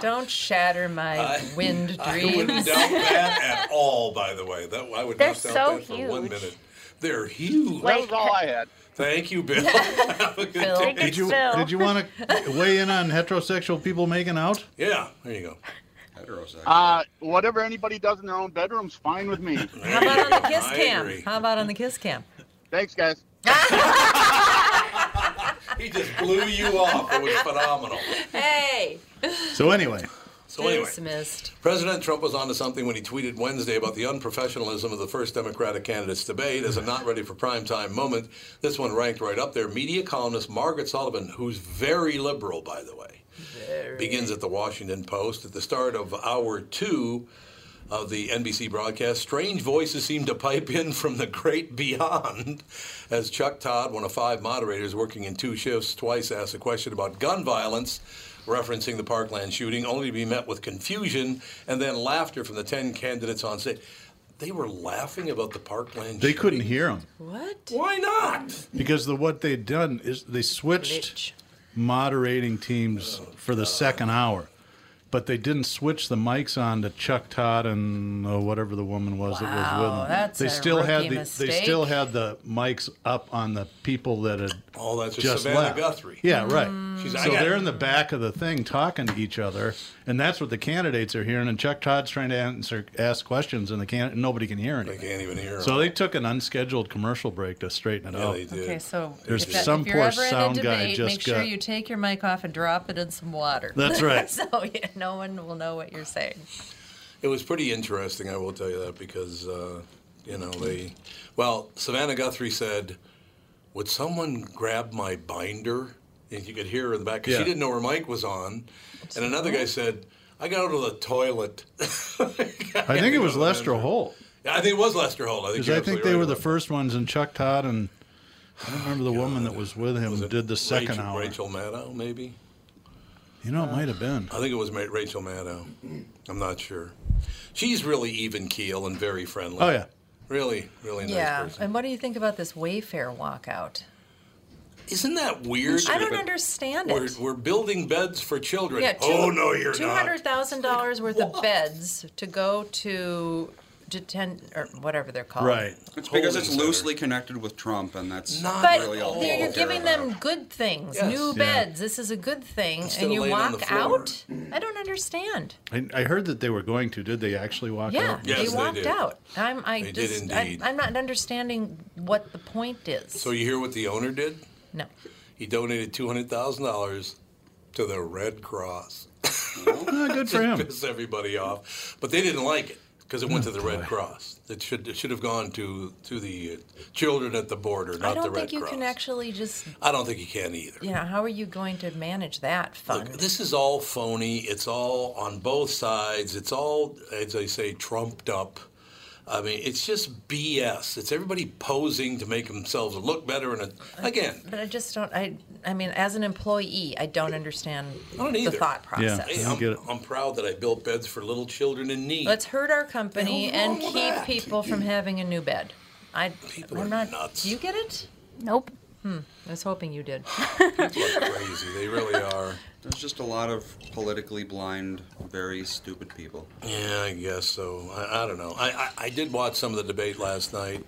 [SPEAKER 4] Don't shatter my wind
[SPEAKER 1] I wouldn't
[SPEAKER 4] dreams.
[SPEAKER 1] doubt that at all. By the way, that I would
[SPEAKER 7] They're
[SPEAKER 1] not doubt
[SPEAKER 7] so
[SPEAKER 1] that for one
[SPEAKER 7] huge.
[SPEAKER 1] minute. They're huge.
[SPEAKER 8] that was all I had.
[SPEAKER 1] Thank you,
[SPEAKER 7] [laughs]
[SPEAKER 1] Bill. Have a good
[SPEAKER 4] Bill.
[SPEAKER 1] day.
[SPEAKER 7] Did
[SPEAKER 2] you,
[SPEAKER 7] Phil.
[SPEAKER 2] did you want to weigh in on heterosexual people making out?
[SPEAKER 1] Yeah, there you go.
[SPEAKER 5] Heterosexual.
[SPEAKER 1] Ah,
[SPEAKER 8] Uh, whatever anybody does in their own bedroom's fine with me.
[SPEAKER 4] How about on the kiss
[SPEAKER 1] I
[SPEAKER 4] cam?
[SPEAKER 1] agree.
[SPEAKER 4] How about on the kiss cam?
[SPEAKER 8] Thanks, guys.
[SPEAKER 1] He just blew you off. It was phenomenal.
[SPEAKER 4] Hey,
[SPEAKER 2] So anyway,
[SPEAKER 1] So anyway,
[SPEAKER 4] dismissed.
[SPEAKER 1] President Trump was onto something when he tweeted Wednesday about the unprofessionalism of the first Democratic candidate's debate as a not ready for primetime moment. This one ranked right up there. Media columnist Margaret Sullivan, who's very liberal, by the way, begins at the Washington Post at the start of hour two. Of the NBC broadcast, strange voices seemed to pipe in from the great beyond. As Chuck Todd, one of five moderators working in two shifts, twice asked a question about gun violence, referencing the Parkland shooting, only to be met with confusion and then laughter from the 10 candidates on stage. They were laughing about the Parkland
[SPEAKER 2] they
[SPEAKER 1] shooting.
[SPEAKER 2] couldn't hear him
[SPEAKER 4] What?
[SPEAKER 1] Why not?
[SPEAKER 2] because the what they'd done is they switched moderating teams for the second hour, but they didn't switch the mics on to Chuck Todd and uh, whatever the woman was that was with
[SPEAKER 4] Wow,
[SPEAKER 2] them.
[SPEAKER 4] that's
[SPEAKER 2] they
[SPEAKER 4] a
[SPEAKER 2] still had
[SPEAKER 4] rookie
[SPEAKER 2] the they still
[SPEAKER 4] mistake.
[SPEAKER 2] had the mics up on the people that had
[SPEAKER 1] Oh, that's just
[SPEAKER 2] just
[SPEAKER 1] Savannah
[SPEAKER 2] left.
[SPEAKER 1] Guthrie.
[SPEAKER 2] Yeah, right.
[SPEAKER 1] She's- I
[SPEAKER 2] so
[SPEAKER 1] got-
[SPEAKER 2] they're in the back of the thing talking to each other, and that's what the candidates are hearing. And Chuck Todd's trying to answer, ask questions, and the can nobody can hear
[SPEAKER 1] I
[SPEAKER 2] anything.
[SPEAKER 1] can't even hear
[SPEAKER 2] So
[SPEAKER 1] her.
[SPEAKER 2] they took an unscheduled commercial break to straighten it
[SPEAKER 1] yeah,
[SPEAKER 2] out.
[SPEAKER 1] they did.
[SPEAKER 4] Okay, so
[SPEAKER 2] There's
[SPEAKER 4] if, that-
[SPEAKER 2] some
[SPEAKER 4] if you're
[SPEAKER 2] poor
[SPEAKER 4] ever in
[SPEAKER 2] sound
[SPEAKER 4] a
[SPEAKER 2] guy
[SPEAKER 4] debate,
[SPEAKER 2] just
[SPEAKER 4] make sure
[SPEAKER 2] got-
[SPEAKER 4] you take your mic off and drop it in some water. [laughs]
[SPEAKER 2] That's right.
[SPEAKER 4] so yeah, no one will know what you're saying.
[SPEAKER 1] It was pretty interesting, I will tell you that, because, uh, you know, they. Well, Savannah Guthrie said, Would someone grab my binder? And you could hear her in the back 'cause
[SPEAKER 2] Yeah.
[SPEAKER 1] she didn't know her mic was on. And another guy said, I got out of the toilet. [laughs]
[SPEAKER 2] I think it was Lester Holt
[SPEAKER 1] Yeah, I think it was Lester Holt. I think,
[SPEAKER 2] because
[SPEAKER 1] you're
[SPEAKER 2] I think
[SPEAKER 1] absolutely
[SPEAKER 2] they
[SPEAKER 1] right
[SPEAKER 2] were the
[SPEAKER 1] about that.
[SPEAKER 2] first ones, and Chuck Todd and I don't remember the woman that was with him
[SPEAKER 1] it
[SPEAKER 2] did the second
[SPEAKER 1] Rachel,
[SPEAKER 2] hour.
[SPEAKER 1] Rachel Oh. Maddow, maybe.
[SPEAKER 2] You know, it might have been.
[SPEAKER 1] I think it was Ma- Rachel Maddow. I'm not sure. She's really even keel and very friendly.
[SPEAKER 2] Oh yeah,
[SPEAKER 1] Really, really nice
[SPEAKER 4] yeah,
[SPEAKER 1] person.
[SPEAKER 4] and what do you think about this Wayfair walkout?
[SPEAKER 1] Isn't that weird?
[SPEAKER 4] I don't
[SPEAKER 1] But
[SPEAKER 4] understand
[SPEAKER 1] We're,
[SPEAKER 4] it.
[SPEAKER 1] we're building beds for children.
[SPEAKER 4] Yeah, two,
[SPEAKER 1] oh no, you're
[SPEAKER 4] two
[SPEAKER 1] not.
[SPEAKER 4] hundred thousand dollars worth of beds to go to detent or whatever they're
[SPEAKER 1] Oh.
[SPEAKER 4] called.
[SPEAKER 2] right.
[SPEAKER 5] It's because it's
[SPEAKER 1] Holding center.
[SPEAKER 5] loosely connected with Trump, and that's
[SPEAKER 1] Not
[SPEAKER 4] But
[SPEAKER 5] really all.
[SPEAKER 4] they're-
[SPEAKER 5] people
[SPEAKER 4] you're
[SPEAKER 5] care
[SPEAKER 4] giving
[SPEAKER 5] about.
[SPEAKER 4] them good things,
[SPEAKER 1] Yes.
[SPEAKER 4] new
[SPEAKER 2] Yeah.
[SPEAKER 4] beds. This is a good thing,
[SPEAKER 1] Instead
[SPEAKER 4] and
[SPEAKER 1] of
[SPEAKER 4] you
[SPEAKER 1] laying on the
[SPEAKER 4] walk
[SPEAKER 1] floor.
[SPEAKER 4] out. I don't understand.
[SPEAKER 2] I, I heard that they were going to. Did they actually walk
[SPEAKER 4] Yeah,
[SPEAKER 2] out?
[SPEAKER 1] Yes,
[SPEAKER 4] they
[SPEAKER 1] they
[SPEAKER 4] walked
[SPEAKER 1] did.
[SPEAKER 4] out. I'm, I
[SPEAKER 1] They did
[SPEAKER 4] just,
[SPEAKER 1] indeed.
[SPEAKER 4] I, I'm not understanding what the point is.
[SPEAKER 1] So you hear what the owner did?
[SPEAKER 4] no,
[SPEAKER 1] He donated two hundred thousand dollars to the Red Cross. [laughs]
[SPEAKER 2] Ah, good for him. Oh,
[SPEAKER 1] Piss everybody off, but they didn't like it because it went to the Red Cross. It should it should have gone to to the uh, children at the border, not
[SPEAKER 4] I
[SPEAKER 1] the
[SPEAKER 4] don't
[SPEAKER 1] Red
[SPEAKER 4] think you
[SPEAKER 1] Cross.
[SPEAKER 4] can actually just,
[SPEAKER 1] I don't think you can either.
[SPEAKER 4] you know, how are you going to manage that fund?
[SPEAKER 1] Look, this is all phony. It's all on both sides. It's all, as I say, trumped up. I mean, it's just BS. It's everybody posing to make themselves look better. And again,
[SPEAKER 4] but I just don't. I, I mean, as an employee, I don't understand
[SPEAKER 1] don't
[SPEAKER 4] the
[SPEAKER 1] either.
[SPEAKER 4] thought
[SPEAKER 2] Yeah.
[SPEAKER 4] process.
[SPEAKER 1] hey,
[SPEAKER 2] don't
[SPEAKER 1] I'm,
[SPEAKER 2] get it.
[SPEAKER 1] I'm proud that I built beds for little children in need.
[SPEAKER 4] Let's hurt our company
[SPEAKER 1] The hell's
[SPEAKER 4] and
[SPEAKER 1] wrong with
[SPEAKER 4] keep
[SPEAKER 1] that?
[SPEAKER 4] people from having a new bed. I,
[SPEAKER 1] People
[SPEAKER 4] I'm
[SPEAKER 1] are
[SPEAKER 4] not.
[SPEAKER 1] nuts.
[SPEAKER 4] Do you get it?
[SPEAKER 7] Nope.
[SPEAKER 4] I was hoping you did.
[SPEAKER 1] People are crazy. They really are.
[SPEAKER 5] There's just a lot of politically blind, very stupid people.
[SPEAKER 1] Yeah, I guess so. I, I don't know. I, I, I did watch some of the debate last night,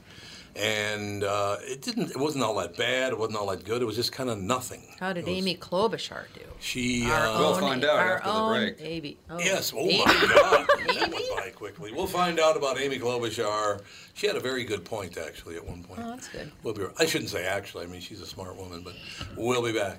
[SPEAKER 1] and uh, it didn't. It wasn't all that bad. It wasn't all that good. It was just kind of nothing.
[SPEAKER 4] How did Amy Klobuchar do?
[SPEAKER 1] She
[SPEAKER 4] Our
[SPEAKER 1] uh,
[SPEAKER 5] We'll
[SPEAKER 4] own-
[SPEAKER 5] find out
[SPEAKER 4] our
[SPEAKER 5] after the
[SPEAKER 4] own
[SPEAKER 5] break.
[SPEAKER 4] Amy. oh,
[SPEAKER 1] Yes. Oh
[SPEAKER 4] Amy.
[SPEAKER 1] my God,
[SPEAKER 4] [laughs]
[SPEAKER 1] that went by quickly. We'll find out about Amy Klobuchar. She had a very good point actually at one point.
[SPEAKER 4] Oh, that's good.
[SPEAKER 1] We'll be. I shouldn't say actually. I mean, she's a smart woman, but we'll be back.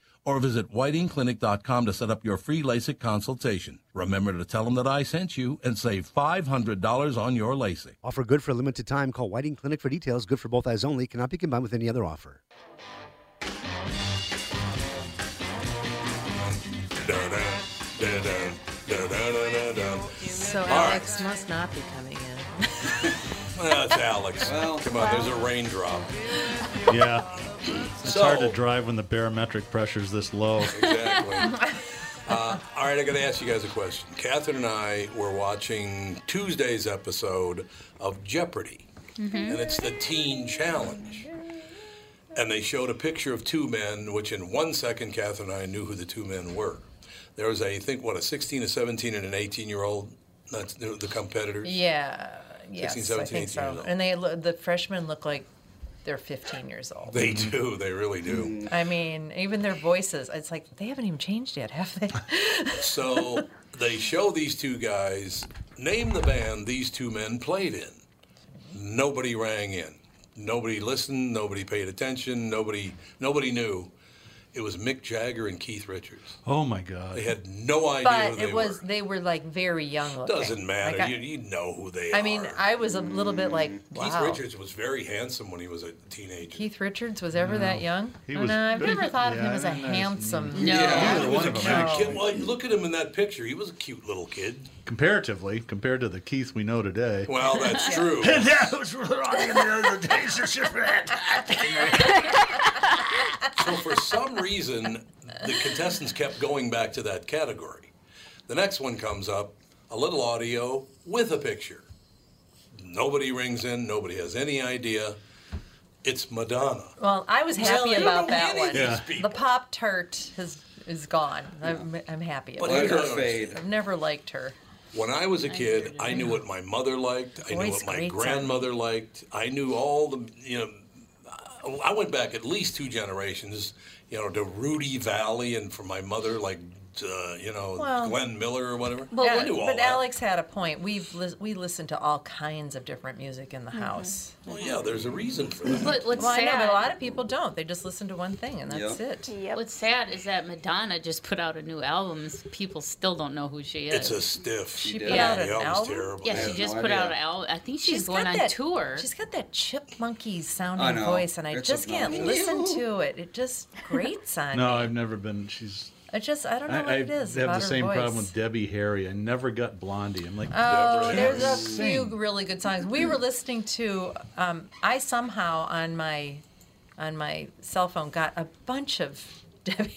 [SPEAKER 1] or visit whitingclinic.com to set up your free LASIK consultation. Remember to tell them that I sent you and save $500 on your LASIK.
[SPEAKER 9] Offer good for a limited time. Call Whiting Clinic for details. Good for both eyes only. Cannot be combined with any other offer.
[SPEAKER 4] So
[SPEAKER 1] right.
[SPEAKER 4] Alex must not be coming in.
[SPEAKER 1] That's Alex.
[SPEAKER 5] Well-
[SPEAKER 1] Come on, there's a raindrop.
[SPEAKER 2] Yeah. It's
[SPEAKER 1] so,
[SPEAKER 2] hard to drive when the barometric pressure's this low.
[SPEAKER 1] Exactly. Uh, all right, I got to ask you guys a question. Catherine and I were watching Tuesday's episode of Jeopardy, and it's the Teen Challenge. And they showed a picture of two men, which in one second, Catherine and I knew who the two men were. There was a, I think, what, a 16, a 17, and an 18 year old, that's the the competitors.
[SPEAKER 4] [laughs] Yeah. Yes,
[SPEAKER 1] 16, 17,
[SPEAKER 4] I think
[SPEAKER 1] 18 years
[SPEAKER 4] so.
[SPEAKER 1] old.
[SPEAKER 4] And they lo- the freshmen look like they're 15 years old.
[SPEAKER 1] They do, they really do.
[SPEAKER 4] I mean, even their voices. It's like they haven't even changed yet, have
[SPEAKER 1] [laughs]
[SPEAKER 4] they?
[SPEAKER 1] So they show these two guys, name the band these two men played in. Nobody rang in. Nobody listened, nobody paid attention, nobody nobody knew. It was Mick Jagger and Keith Richards.
[SPEAKER 2] Oh my God.
[SPEAKER 1] They had no idea who
[SPEAKER 4] but
[SPEAKER 1] they
[SPEAKER 4] it was
[SPEAKER 1] were.
[SPEAKER 4] they were like very young looking.
[SPEAKER 1] Doesn't matter.
[SPEAKER 4] Like, I,
[SPEAKER 1] you, you know who they are. Mm.
[SPEAKER 4] I mean, I was a little bit like, wow.
[SPEAKER 1] Keith Richards was very handsome when he was a teenager.
[SPEAKER 4] Keith Richards was ever that young?
[SPEAKER 2] He
[SPEAKER 4] Oh,
[SPEAKER 2] was
[SPEAKER 4] no, I've
[SPEAKER 2] big.
[SPEAKER 4] never thought of
[SPEAKER 2] Yeah,
[SPEAKER 4] him as a
[SPEAKER 2] I didn't know he was-
[SPEAKER 4] handsome.
[SPEAKER 6] No.
[SPEAKER 1] yeah, he
[SPEAKER 2] neither
[SPEAKER 1] was
[SPEAKER 2] one
[SPEAKER 1] a
[SPEAKER 2] of them,
[SPEAKER 1] cute kid.
[SPEAKER 2] actually.
[SPEAKER 1] Well, you look at him in that picture. He was a cute little kid.
[SPEAKER 2] Comparatively, compared to the Keith we know today.
[SPEAKER 1] Well,
[SPEAKER 4] [laughs]
[SPEAKER 1] that's true.
[SPEAKER 2] [laughs] that was wrong in the other days. It's just
[SPEAKER 1] So for some reason, the contestants kept going back to that category. The next one comes up, a little audio with a picture. Nobody rings in, nobody has any idea. It's Madonna.
[SPEAKER 4] Well, I was happy
[SPEAKER 1] Telling you
[SPEAKER 4] about
[SPEAKER 1] to
[SPEAKER 4] that
[SPEAKER 1] win
[SPEAKER 4] one.
[SPEAKER 1] it, these
[SPEAKER 2] Yeah.
[SPEAKER 4] The
[SPEAKER 1] people.
[SPEAKER 4] Pop Tart has is gone. I'm, I'm happy about
[SPEAKER 1] But
[SPEAKER 5] Let
[SPEAKER 4] it.
[SPEAKER 1] here-
[SPEAKER 5] her fade.
[SPEAKER 4] I've never liked her.
[SPEAKER 1] When I was a kid, I knew what my mother liked. I knew
[SPEAKER 4] Voice
[SPEAKER 1] what my
[SPEAKER 4] grates on
[SPEAKER 1] grandmother liked. I knew all the, you know, I- I went back at least two generations, you know, to Rudy Valley and for my mother, like, uh, you know,
[SPEAKER 4] Well-
[SPEAKER 1] Glenn Miller or whatever.
[SPEAKER 4] Yeah,
[SPEAKER 1] I knew all
[SPEAKER 4] but
[SPEAKER 1] that.
[SPEAKER 4] Alex had a point. We've lis- we listened to all kinds of different music in the house.
[SPEAKER 1] Well, yeah, there's a reason for that.
[SPEAKER 6] But what's
[SPEAKER 4] Mm-hmm. Well, I
[SPEAKER 6] sad?
[SPEAKER 4] know, but a lot of people don't. They just listen to one thing and that's
[SPEAKER 5] Yeah.
[SPEAKER 4] it.
[SPEAKER 7] Yep.
[SPEAKER 6] What's sad is that Madonna just put out a new album. and People still don't know who she is.
[SPEAKER 1] It's a stiff.
[SPEAKER 4] She
[SPEAKER 5] did.
[SPEAKER 4] put
[SPEAKER 6] Yeah.
[SPEAKER 4] out
[SPEAKER 1] the
[SPEAKER 4] an
[SPEAKER 1] album's
[SPEAKER 4] album.
[SPEAKER 1] terrible.
[SPEAKER 6] yeah,
[SPEAKER 5] I
[SPEAKER 6] she
[SPEAKER 5] have
[SPEAKER 6] just
[SPEAKER 5] no
[SPEAKER 6] put out an
[SPEAKER 5] idea.
[SPEAKER 6] album. I think she's,
[SPEAKER 4] got
[SPEAKER 6] going on
[SPEAKER 4] that-
[SPEAKER 6] tour.
[SPEAKER 4] She's got that chipmunky
[SPEAKER 5] I
[SPEAKER 4] sounding
[SPEAKER 5] know.
[SPEAKER 4] voice, and I [laughs]
[SPEAKER 5] It's
[SPEAKER 4] just can't
[SPEAKER 5] obnoxious.
[SPEAKER 4] listen to it. It just grates on
[SPEAKER 2] No,
[SPEAKER 4] me.
[SPEAKER 2] I've never been. She's.
[SPEAKER 4] I just I don't know
[SPEAKER 2] I,
[SPEAKER 4] what
[SPEAKER 2] I
[SPEAKER 4] it is.
[SPEAKER 2] have
[SPEAKER 4] about
[SPEAKER 2] the
[SPEAKER 4] her
[SPEAKER 2] same
[SPEAKER 4] voice.
[SPEAKER 2] problem with Debbie Harry. I never got Blondie. I'm like,
[SPEAKER 4] Oh, there's a
[SPEAKER 2] Sing.
[SPEAKER 4] few really good songs. We were listening to. Um, I somehow on my on my cell phone got a bunch of [laughs]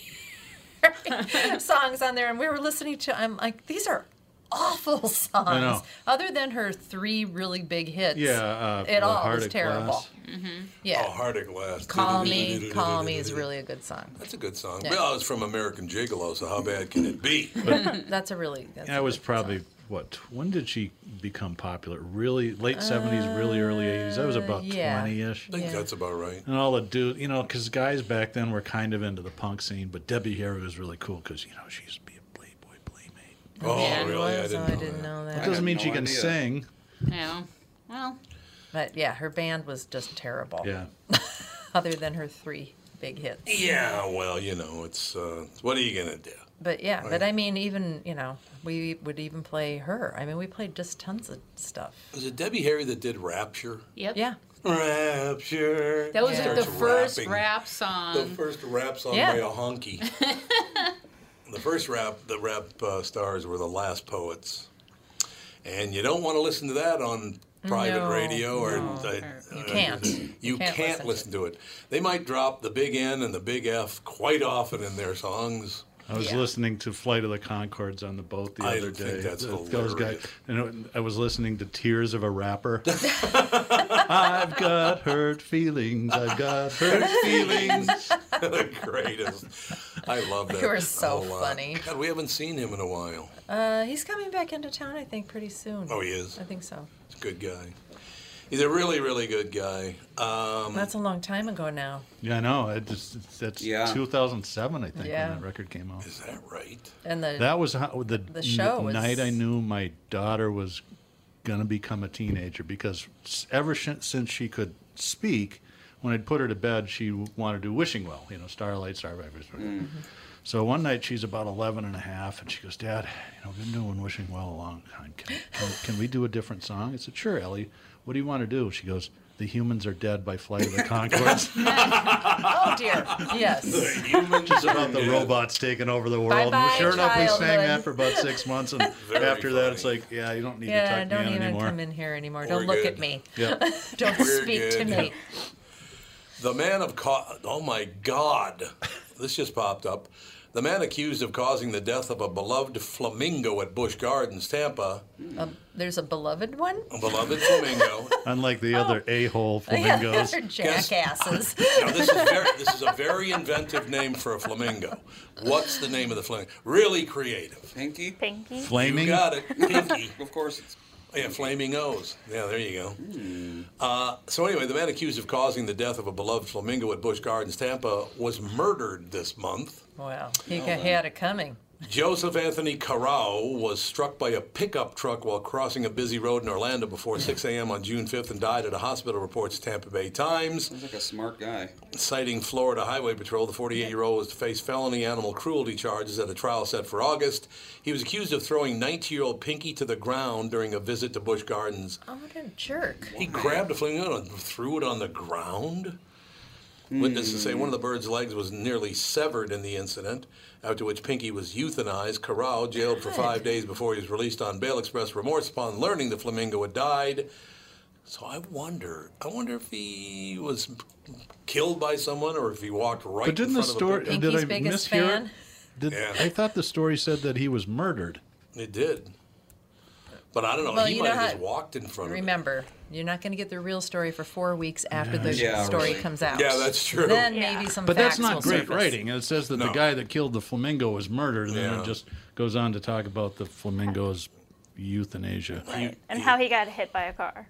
[SPEAKER 4] Debbie Harry songs on there, and we were listening to. I'm like, these are awful songs.
[SPEAKER 2] know.
[SPEAKER 4] Other than her three really big hits,
[SPEAKER 2] Yeah, uh,
[SPEAKER 4] it
[SPEAKER 2] the
[SPEAKER 4] all
[SPEAKER 2] Heart
[SPEAKER 4] was
[SPEAKER 2] of
[SPEAKER 4] terrible.
[SPEAKER 1] [laughs]
[SPEAKER 2] Glass.
[SPEAKER 4] Mm-hmm. Yeah,
[SPEAKER 1] Oh, Heart of Glass. [laughs]
[SPEAKER 4] call me, call me is really a good song.
[SPEAKER 1] That's a good song.
[SPEAKER 4] Yeah.
[SPEAKER 1] Well, it's from American Gigolo, so how bad can it be?
[SPEAKER 4] that's a really. That's
[SPEAKER 2] I was probably what? When did she become popular? Really late seventies, really early eighties. I was about
[SPEAKER 4] yeah.
[SPEAKER 2] twenty-ish.
[SPEAKER 4] I think Yeah. that's
[SPEAKER 1] about right.
[SPEAKER 2] And all the dude, you know, because guys back then were kind of into the punk scene, but Debbie Harry was really cool because you know she used to be a Playboy
[SPEAKER 1] Oh,
[SPEAKER 2] playmate.
[SPEAKER 1] Yeah, really? I was. didn't Oh, I know didn't that. know that.
[SPEAKER 2] That
[SPEAKER 1] I
[SPEAKER 2] doesn't
[SPEAKER 1] had
[SPEAKER 2] mean she
[SPEAKER 1] no
[SPEAKER 2] can
[SPEAKER 1] idea.
[SPEAKER 2] sing.
[SPEAKER 6] Yeah. Well,
[SPEAKER 4] But yeah, her band was just terrible.
[SPEAKER 2] Yeah.
[SPEAKER 4] Other than her three big hits.
[SPEAKER 1] Yeah, well, you know, it's uh, what are you gonna do?
[SPEAKER 4] But yeah,
[SPEAKER 1] Right.
[SPEAKER 4] but I mean, even you know, we would even play her. I mean, we played just tons of stuff.
[SPEAKER 1] Was it Debbie Harry that did Rapture?
[SPEAKER 6] Yep.
[SPEAKER 4] Yeah.
[SPEAKER 1] Rapture.
[SPEAKER 6] That was
[SPEAKER 1] She
[SPEAKER 6] like the
[SPEAKER 1] starts
[SPEAKER 6] first
[SPEAKER 1] rapping.
[SPEAKER 6] rap
[SPEAKER 1] The
[SPEAKER 6] song.
[SPEAKER 4] Um,
[SPEAKER 1] first rap song
[SPEAKER 6] Yeah.
[SPEAKER 1] by a
[SPEAKER 4] [laughs]
[SPEAKER 1] honky. the first rap, the rap uh, stars were the last poets, and you don't want to listen to that on private
[SPEAKER 4] No,
[SPEAKER 1] radio or
[SPEAKER 4] no,
[SPEAKER 1] I-
[SPEAKER 4] you
[SPEAKER 1] uh,
[SPEAKER 4] can't.
[SPEAKER 1] You can't, listen to it. They might drop the big N and the big F quite often in their songs.
[SPEAKER 4] [laughs]
[SPEAKER 2] I was listening to Flight of the Concords on the boat the
[SPEAKER 1] I
[SPEAKER 2] other
[SPEAKER 1] think
[SPEAKER 2] day.
[SPEAKER 1] that's
[SPEAKER 2] Those
[SPEAKER 1] hilarious.
[SPEAKER 2] guys- and it- I was listening to Tears of a Rapper.
[SPEAKER 1] [laughs]
[SPEAKER 2] I've got hurt feelings. I've got
[SPEAKER 1] [laughs]
[SPEAKER 2] hurt feelings.
[SPEAKER 1] the greatest. I love that.
[SPEAKER 4] You are so
[SPEAKER 1] a lot.
[SPEAKER 4] funny.
[SPEAKER 1] God, we haven't seen him in a while.
[SPEAKER 4] Uh, he's coming back into town, I think, pretty soon.
[SPEAKER 1] Oh, he is?
[SPEAKER 4] I think so.
[SPEAKER 1] He's a good guy. He's a really, really good guy. Um,
[SPEAKER 4] That's a long time ago now.
[SPEAKER 2] Yeah, I know. It just, it's, that's
[SPEAKER 1] Yeah.
[SPEAKER 2] 2007, I think,
[SPEAKER 4] Yeah.
[SPEAKER 2] when that record came out.
[SPEAKER 1] Is that right?
[SPEAKER 4] And the
[SPEAKER 2] That was how, the,
[SPEAKER 4] the show was-
[SPEAKER 2] night I knew my daughter was going to become a teenager because s- ever sh- since she could speak, when I'd put her to bed, she w- wanted to do wishing well, you know, starlight, starvivors.
[SPEAKER 1] Mm-hmm.
[SPEAKER 2] So one night she's about 11 and a half, and she goes, Dad, you know, I've been doing Wishing Well a long time. Can, can, can we do a different song? I said, Sure, Ellie. What do you want to do? She goes, The Humans Are Dead by Flight of the
[SPEAKER 1] [laughs]
[SPEAKER 2] Concords. [laughs]
[SPEAKER 4] oh dear. Yes.
[SPEAKER 2] Just about the robots taking over the world. and
[SPEAKER 4] Bye-bye,
[SPEAKER 2] sure enough, we sang
[SPEAKER 4] childhood.
[SPEAKER 2] that for about six months, and
[SPEAKER 1] [laughs]
[SPEAKER 2] after that, it's like, yeah, you don't need
[SPEAKER 4] Yeah,
[SPEAKER 2] to talk
[SPEAKER 4] don't
[SPEAKER 2] to me
[SPEAKER 4] even
[SPEAKER 2] on anymore.
[SPEAKER 4] come in here anymore.
[SPEAKER 1] We're
[SPEAKER 4] don't look
[SPEAKER 1] good.
[SPEAKER 4] at me.
[SPEAKER 2] Yeah.
[SPEAKER 4] [laughs] don't
[SPEAKER 1] We're
[SPEAKER 4] speak to
[SPEAKER 1] good.
[SPEAKER 4] me.
[SPEAKER 1] The man of ca- oh my God, this just popped up. The man accused of causing the death of a beloved flamingo at Busch Gardens, Tampa,
[SPEAKER 4] Um, there's a beloved one.
[SPEAKER 1] a beloved flamingo.
[SPEAKER 2] Unlike the other a-hole
[SPEAKER 4] Oh. [laughs]
[SPEAKER 1] Oh,
[SPEAKER 4] Yeah, they're
[SPEAKER 2] flamingos.
[SPEAKER 4] jackasses.
[SPEAKER 1] Now this is very, this is a very inventive name for a flamingo. What's the name of the flamingo? Really creative.
[SPEAKER 5] Pinky.
[SPEAKER 7] Pinky.
[SPEAKER 2] Flaming?
[SPEAKER 1] You got it. Pinky.
[SPEAKER 5] of course. It's...
[SPEAKER 1] Yeah, flaming O's. Yeah, there you go. Uh, so anyway, the man accused of causing the death of a beloved flamingo at Busch Gardens, Tampa, was murdered this month.
[SPEAKER 4] [laughs] Well, he
[SPEAKER 1] Oh,
[SPEAKER 4] ca- he had it coming.
[SPEAKER 1] Joseph Anthony Carrao was struck by a pickup truck while crossing a busy road in Orlando before 6 a.m. on June 5th and died at a hospital, reports Tampa Bay Times.
[SPEAKER 5] Sounds like a smart guy.
[SPEAKER 1] Citing Florida Highway Patrol, the 48 year old was to face felony animal cruelty charges at a trial set for August. He was accused of throwing 19 year old Pinky to the ground during a visit to Busch Gardens.
[SPEAKER 4] Oh, what a jerk.
[SPEAKER 1] He grabbed a flamingo and threw it on the ground. Witnesses say one of the bird's legs was nearly severed in the incident, after which Pinky was euthanized. Corral jailed for five days before he was released on bail, expressed remorse upon learning the flamingo had died. So I wonder, I wonder if he was killed by someone or if he walked right.
[SPEAKER 2] But didn't
[SPEAKER 1] in
[SPEAKER 2] the
[SPEAKER 1] front
[SPEAKER 2] story,
[SPEAKER 1] Of a
[SPEAKER 2] did I mishear it? Did,
[SPEAKER 1] Yeah.
[SPEAKER 2] I thought the story said that he was murdered.
[SPEAKER 1] It did. But I don't know.
[SPEAKER 4] Well,
[SPEAKER 1] he
[SPEAKER 4] you
[SPEAKER 1] might
[SPEAKER 4] know
[SPEAKER 1] have just
[SPEAKER 4] how-
[SPEAKER 1] walked in front of it.
[SPEAKER 4] Remember, you're not going to get the real story for four weeks after the
[SPEAKER 1] Yeah,
[SPEAKER 4] story
[SPEAKER 1] really.
[SPEAKER 4] comes out.
[SPEAKER 1] Yeah, that's true.
[SPEAKER 4] Then maybe some.
[SPEAKER 2] But that's
[SPEAKER 4] facts will
[SPEAKER 2] not great
[SPEAKER 4] surface.
[SPEAKER 2] writing. It says that the
[SPEAKER 1] No.
[SPEAKER 2] guy that killed the flamingo was murdered, and then
[SPEAKER 1] Yeah.
[SPEAKER 2] it just goes on to talk about the flamingo's euthanasia.
[SPEAKER 7] and how he got hit by a car.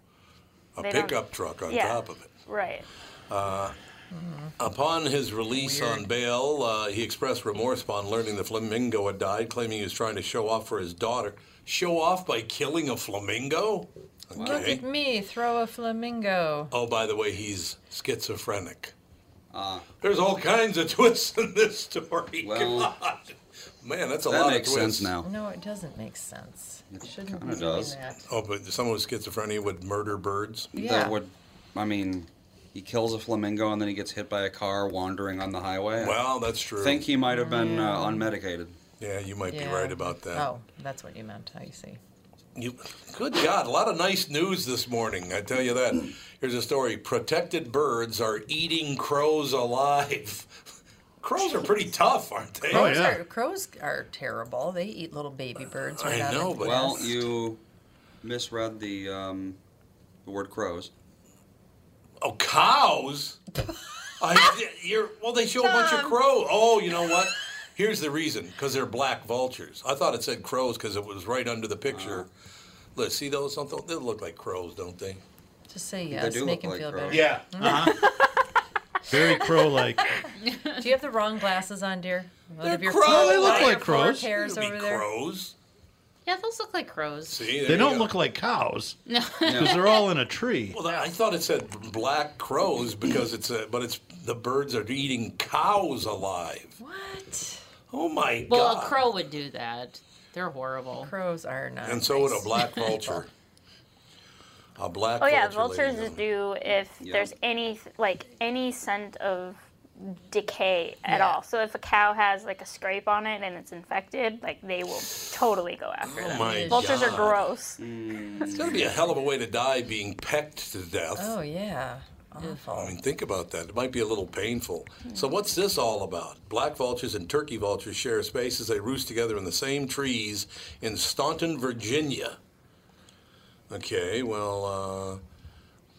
[SPEAKER 1] A
[SPEAKER 7] They don't-
[SPEAKER 1] pickup truck on
[SPEAKER 7] Yeah.
[SPEAKER 1] top of it.
[SPEAKER 7] Right.
[SPEAKER 1] Uh, upon his release on bail, uh, he expressed remorse upon learning the flamingo had died, claiming he was trying to show off for his daughter. Show off by killing a flamingo?
[SPEAKER 4] Look
[SPEAKER 1] Okay.
[SPEAKER 4] at me throw a flamingo.
[SPEAKER 1] Oh, by the way, he's schizophrenic.
[SPEAKER 5] Ah,
[SPEAKER 1] There's all kinds of [laughs] twists in this story.
[SPEAKER 5] Well,
[SPEAKER 1] God. Man, that's a
[SPEAKER 5] that
[SPEAKER 1] lot
[SPEAKER 5] makes
[SPEAKER 1] of twists.
[SPEAKER 5] sense now.
[SPEAKER 4] No, it doesn't make sense. It shouldn't
[SPEAKER 5] kinda
[SPEAKER 4] be
[SPEAKER 5] does.
[SPEAKER 4] doing that.
[SPEAKER 1] Oh, but someone with schizophrenia would murder birds?
[SPEAKER 4] Yeah.
[SPEAKER 5] That would, I mean, He kills a flamingo and then he gets hit by a car wandering on the highway.
[SPEAKER 1] Well, that's true.
[SPEAKER 5] I think he might have been uh, unmedicated.
[SPEAKER 1] Yeah, you might
[SPEAKER 4] Yeah.
[SPEAKER 1] be right about that.
[SPEAKER 4] Oh, that's what you meant. I see.
[SPEAKER 1] You, good God, a lot of nice news this morning. I tell you that. Here's a story: protected birds are eating crows alive. [laughs] crows are pretty tough, aren't
[SPEAKER 2] Oh,
[SPEAKER 1] they?
[SPEAKER 4] Crows, are, crows are terrible. They eat little baby birds. Right out of the
[SPEAKER 5] well,
[SPEAKER 4] nest.
[SPEAKER 5] you misread the um, the word crows.
[SPEAKER 1] Oh, cows!
[SPEAKER 2] [laughs]
[SPEAKER 1] I, you're, well, they show a bunch of crows. Oh, you know what? Here's the reason: because they're black vultures. I thought it said crows because it was right under the picture. Let's see those. Something they look like crows, don't they?
[SPEAKER 4] just say
[SPEAKER 5] They
[SPEAKER 4] yes.
[SPEAKER 5] do
[SPEAKER 4] Make
[SPEAKER 5] look
[SPEAKER 4] him
[SPEAKER 5] like
[SPEAKER 4] feel
[SPEAKER 5] crows.
[SPEAKER 4] better.
[SPEAKER 5] Yeah.
[SPEAKER 2] Very crow
[SPEAKER 1] [laughs]
[SPEAKER 2] like.
[SPEAKER 4] do you have the wrong glasses on, dear? Well,
[SPEAKER 6] They're
[SPEAKER 4] if your
[SPEAKER 6] crows.
[SPEAKER 4] four-
[SPEAKER 6] They look
[SPEAKER 4] your
[SPEAKER 2] like
[SPEAKER 4] four
[SPEAKER 2] crows.
[SPEAKER 4] Pairs
[SPEAKER 1] It'll
[SPEAKER 4] over
[SPEAKER 1] be
[SPEAKER 4] there.
[SPEAKER 1] crows.
[SPEAKER 6] Yeah, those look like crows.
[SPEAKER 1] See, there
[SPEAKER 2] They
[SPEAKER 1] you
[SPEAKER 2] don't
[SPEAKER 1] go.
[SPEAKER 2] look like cows
[SPEAKER 6] No.
[SPEAKER 2] because they're all in a tree.
[SPEAKER 1] Well, I thought it said black crows because it's a, but it's the birds are eating cows alive.
[SPEAKER 4] What?
[SPEAKER 1] Oh my
[SPEAKER 6] Well,
[SPEAKER 1] god!
[SPEAKER 6] a crow would do that. They're horrible.
[SPEAKER 4] Crows are not.
[SPEAKER 1] and so would a
[SPEAKER 4] nice.
[SPEAKER 6] [laughs]
[SPEAKER 1] black vulture. a black.
[SPEAKER 7] Oh yeah,
[SPEAKER 1] vulture,
[SPEAKER 7] vultures
[SPEAKER 1] ladies and
[SPEAKER 7] do if
[SPEAKER 1] Yeah.
[SPEAKER 7] there's any like any scent of decay at
[SPEAKER 1] Yeah.
[SPEAKER 7] all. So if a cow has like a scrape on it and it's infected, like they will totally go after
[SPEAKER 1] Oh
[SPEAKER 7] them.
[SPEAKER 1] my
[SPEAKER 7] vultures
[SPEAKER 1] God.
[SPEAKER 7] are gross.
[SPEAKER 1] gentlemen. It's got to be a hell of a way to die being pecked to death.
[SPEAKER 4] Oh yeah. Awful.
[SPEAKER 1] I mean, think about that. It might be a little painful. So, what's this all about? Black vultures and turkey vultures share a space as they roost together in the same trees in Staunton, Virginia. Okay, well,